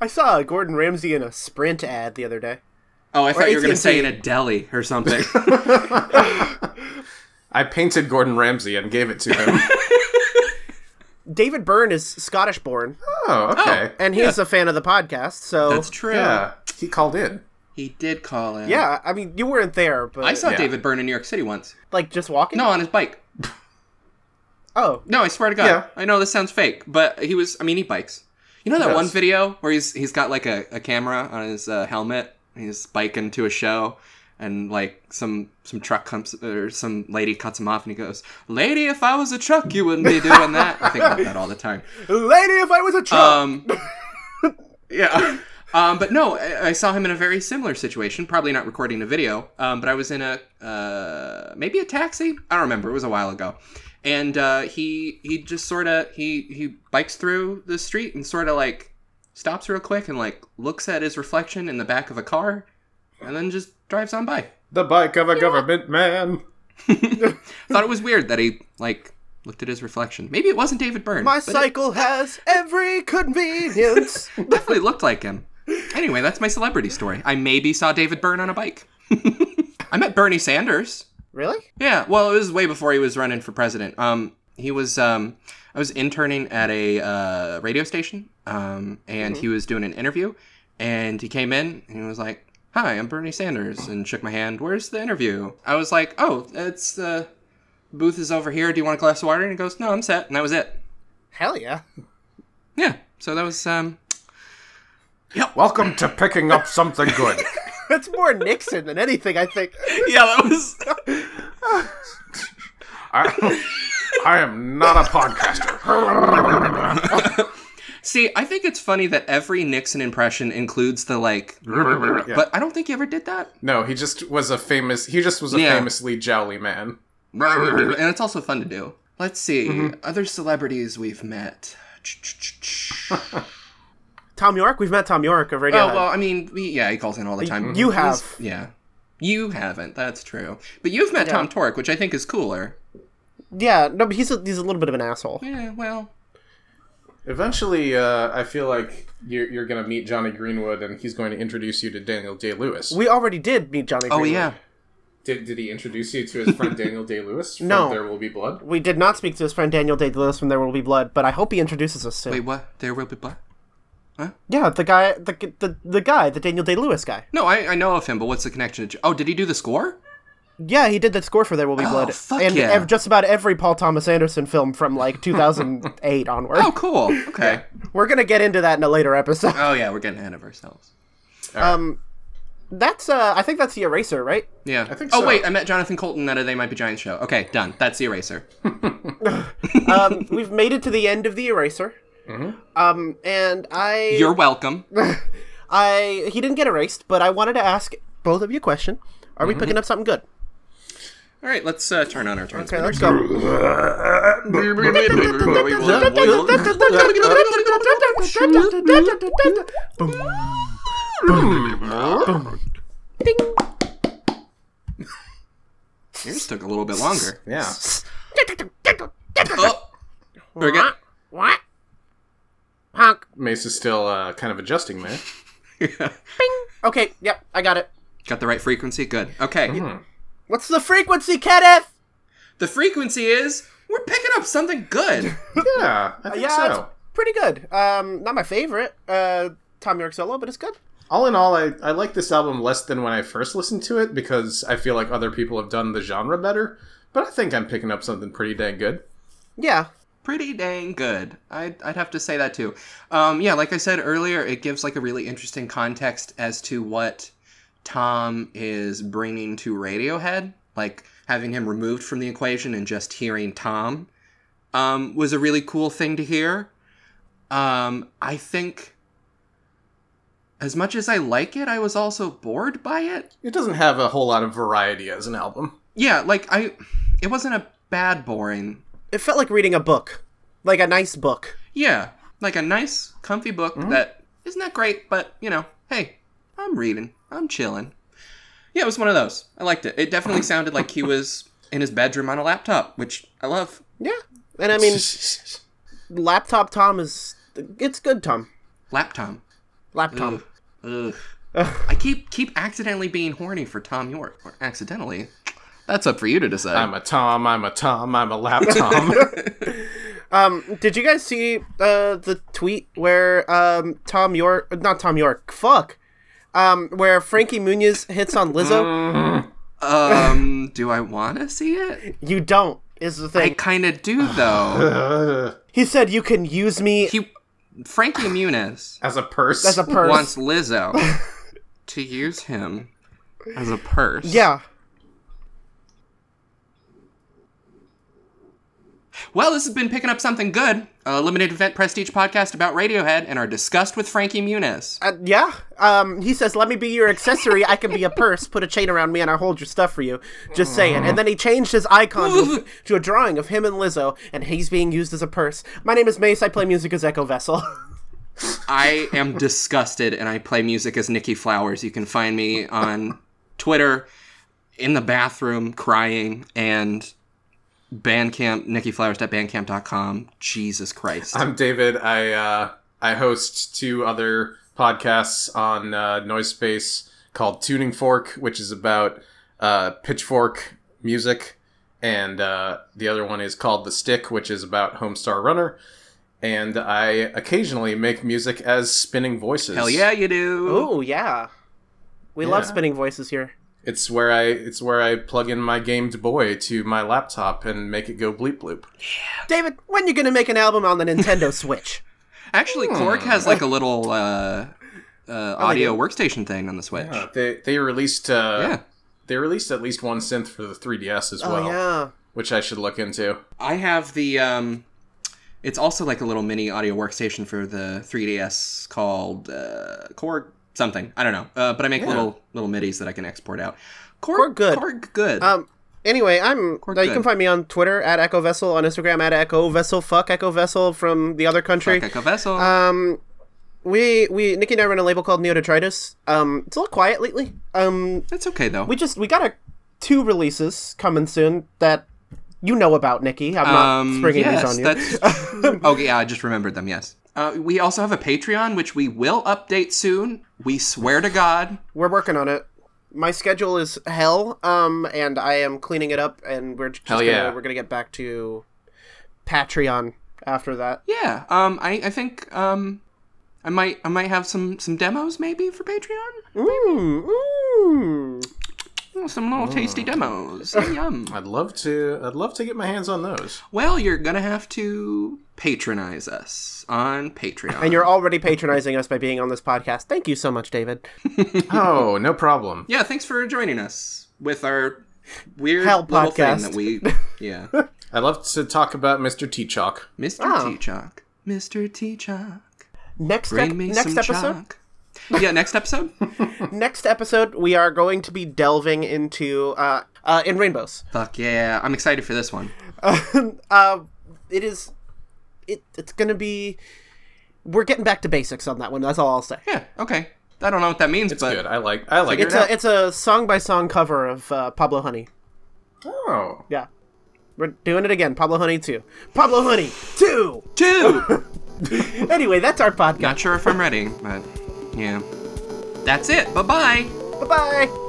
I saw a Gordon Ramsay in a Sprint ad the other day. Oh, I thought you were going AT&T. to say in a deli or something. I painted Gordon Ramsay and gave it to him. David Byrne is Scottish born, oh, okay. and he's a fan of the podcast. So That's true. Yeah, he called in. He did call in. yeah, I mean you weren't there, but I saw Yeah. David Byrne in New York City once. like just walking. No, on his bike. Oh, No, I swear to God. Yeah. I know this sounds fake, but he was. I mean, he bikes. You know that Yes. one video where he's he's got like a, a camera on his uh, helmet. And he's biking to a show, and like some some truck comes or some lady cuts him off, and he goes, "Lady, if I was a truck, you wouldn't be doing that." I think about that all the time. lady, if I was a truck. Um, yeah. Um, but no, I, I saw him in a very similar situation. Probably not recording a video, um, but I was in a uh, maybe a taxi. I don't remember. It was a while ago, and uh, he he just sort of he he bikes through the street and sort of like stops real quick and like looks at his reflection in the back of a car, and then just drives on by. The bike of a government man. Thought it was weird that he like looked at his reflection. Maybe it wasn't David Byrne. My but it cycle has every convenience. definitely looked like him. Anyway, that's my celebrity story. I maybe saw David Byrne on a bike. I met Bernie Sanders. really? Yeah, well, it was way before he was running for president. Um, he was um, I was interning at a uh, radio station, um, and he was doing an interview, and he came in and he was like, "Hi, I'm Bernie Sanders," and shook my hand. Where's the interview? I was like, "Oh, it's the booth is over here. Do you want a glass of water?" And he goes, "No, I'm set," and that was it. Hell yeah. Yeah, so that was um, Welcome to picking up something good. That's more Nixon than anything, I think. yeah, that was. I, I am not a podcaster. See, I think it's funny that every Nixon impression includes the like, but I don't think he ever did that. No, he just was a famous. He just was a Yeah. famously jowly man. and it's also fun to do. Let's see other celebrities we've met. Tom York? We've met Tom York of Oh Radio. well, I mean, we, yeah, he calls in all the time. you have. He's- yeah, you haven't. That's true. But you've met Tom Tork, which I think is cooler. Yeah, no, but he's a, he's a little bit of an asshole. Yeah, well, Eventually, uh, I feel like you're, you're going to meet Johnny Greenwood, and he's going to introduce you to Daniel Day Lewis. We already did meet Johnny oh Greenwood. yeah, Did, did he introduce you to his friend Daniel Day Lewis? From No. There will be blood. We did not speak to his friend Daniel Day Lewis from There Will Be Blood, but I hope he introduces us soon. wait, what? There will be blood. Yeah, the guy, the, the the guy, the Daniel Day Lewis guy. No, I, I know of him, but what's the connection? To, oh, did he do the score? Yeah, he did that score for There Will Be Blood, Oh, fuck and yeah. ev- just about every Paul Thomas Anderson film from like 2008 onward. Oh, cool. Okay. We're gonna get into that in a later episode. Oh yeah, we're getting ahead of ourselves. That's uh, I think that's the Eraser, right? Yeah. I think oh so. wait, I met Jonathan Colton at a They Might Be Giants show. Okay, done. That's the eraser. um, we've made it to the end of the eraser. Um, and I, You're welcome. I, he didn't get erased, but I wanted to ask both of you a question. Are we picking up something good? All right, let's uh, turn on our turn. Okay, let's go. Yours took a little bit longer. Yeah. Oh, we're good. What? Honk. Mace is still uh, kind of adjusting there. Okay, yep, I got it. Got the right frequency. Good. Okay. Mm-hmm. What's the frequency, Kenneth? The frequency is we're picking up something good. Uh, Yeah, I think Yeah, so. it's pretty good. Um, not my favorite, uh, Tom York solo, but it's good. all in all, I, I like this album less than when I first listened to it because I feel like other people have done the genre better, but I think I'm picking up something pretty dang good. Yeah, pretty dang good. I'd, I'd have to say that too. Um, yeah, like I said earlier, it gives like a really interesting context as to what Tom is bringing to Radiohead. Like having him removed from the equation and just hearing Tom um, was a really cool thing to hear. Um, I think as much as I like it, I was also bored by it. It doesn't have a whole lot of variety as an album. Yeah, like I, it wasn't a bad boring. It felt like reading a book, like a nice book. Yeah, like a nice, comfy book that isn't that great, but you know, hey, I'm reading, I'm chilling. Yeah, it was one of those. I liked it. It definitely sounded like he was in his bedroom on a laptop, which I love. Yeah, and I mean, laptop Tom is it's good Tom. Laptop. Laptop. Ugh. I keep keep accidentally being horny for Tom York, or accidentally. That's up for you to decide. I'm a Tom, I'm a Tom, I'm a lap Tom. Um, did you guys see uh, the tweet where um, Tom York, not Tom York, fuck, um, where Frankie Muniz hits on Mm. Lizzo? um, do I want to see it? you don't is the I thing. kind of do though. He said you can use me he, Frankie Muniz as a purse. as a purse. wants Lizzo to use him as a purse. Yeah, Well, this has been picking up something good. A limited event prestige podcast about Radiohead and our disgust with Frankie Muniz. uh, yeah. Um, he says, "Let me be your accessory. I can be a purse. Put a chain around me, and I'll hold your stuff for you." Just saying. And then he changed his icon to, to a drawing of him and Lizzo, and he's being used as a purse. My name is Mace. I play music as Echo Vessel. I am disgusted and I play music as Nikki Flowers. You can find me on Twitter, in the bathroom, crying, and Bandcamp, NikkiFlowers.bandcamp.com. Jesus Christ. I'm David. I uh, I host two other podcasts on uh, Noise Space called Tuning Fork, which is about uh, pitchfork music, and uh, the other one is called The Stick, which is about Homestar Runner. And I occasionally make music as spinning voices. Hell yeah, you do. Ooh, yeah. We love Yeah. spinning voices here. It's where I it's where I plug in my gamed boy to my laptop and make it go bleep bloop. David, when you gonna make an album on the Nintendo Switch? Actually, Cork has like a little uh, uh, audio workstation thing on the Switch. Uh, they they released uh, Yeah. they released at least one synth for the 3DS as well. Oh yeah. which I should look into. I have the. Um, it's also like a little mini audio workstation for the 3DS called uh, Korg something. I don't know, uh, but I make little little midis that I can export out. Korg, Korg good. Korg good. Um. Anyway, I'm. Cork now you good. can find me on Twitter at Echo Vessel, on Instagram at Echo Vessel. Fuck Echo Vessel from the other country. Like a vessel. Um, we we Nikki and I run a label called Neodetritus. Um, it's a little quiet lately. Um, That's okay though. we just we got a two releases coming soon that you know about, Nikki. I'm not Um, springing yes, these on you. that's- oh yeah, I just remembered them. Yes. Uh, we also have a Patreon, which we will update soon. We swear to God. We're working on it. My schedule is hell, um, and I am cleaning it up, and we're just Hell gonna, yeah. we're gonna get back to Patreon after that. Yeah. Um. I, I think. Um. I might. I might have some some demos maybe for Patreon. Mm, mm. Some little tasty demos. Yum. I'd love to. I'd love to get my hands on those. Well, you're gonna have to patronize us on Patreon. And you're already patronizing us by being on this podcast. Thank you so much, David. oh, no problem. yeah, thanks for joining us with our weird Hell little thing podcast. that we yeah, I'd love to talk about Mr. T Chalk. Mr. Oh. T Chalk, Mr. T Chalk, Next bring ec- me next some episode. chalk. Yeah, next episode. next episode we are going to be delving into uh, uh in rainbows Fuck yeah, I'm excited for this one. uh it is it it's gonna be we're getting back to basics on that one that's all i'll say Yeah, okay. I don't know what that means, but Good. I like. I like it's it. a it's a song by song cover of uh, pablo honey Oh, yeah we're doing it again pablo honey 2 pablo honey 2 two. anyway that's our podcast Not sure if I'm ready, but yeah, that's it. Bye bye. bye-bye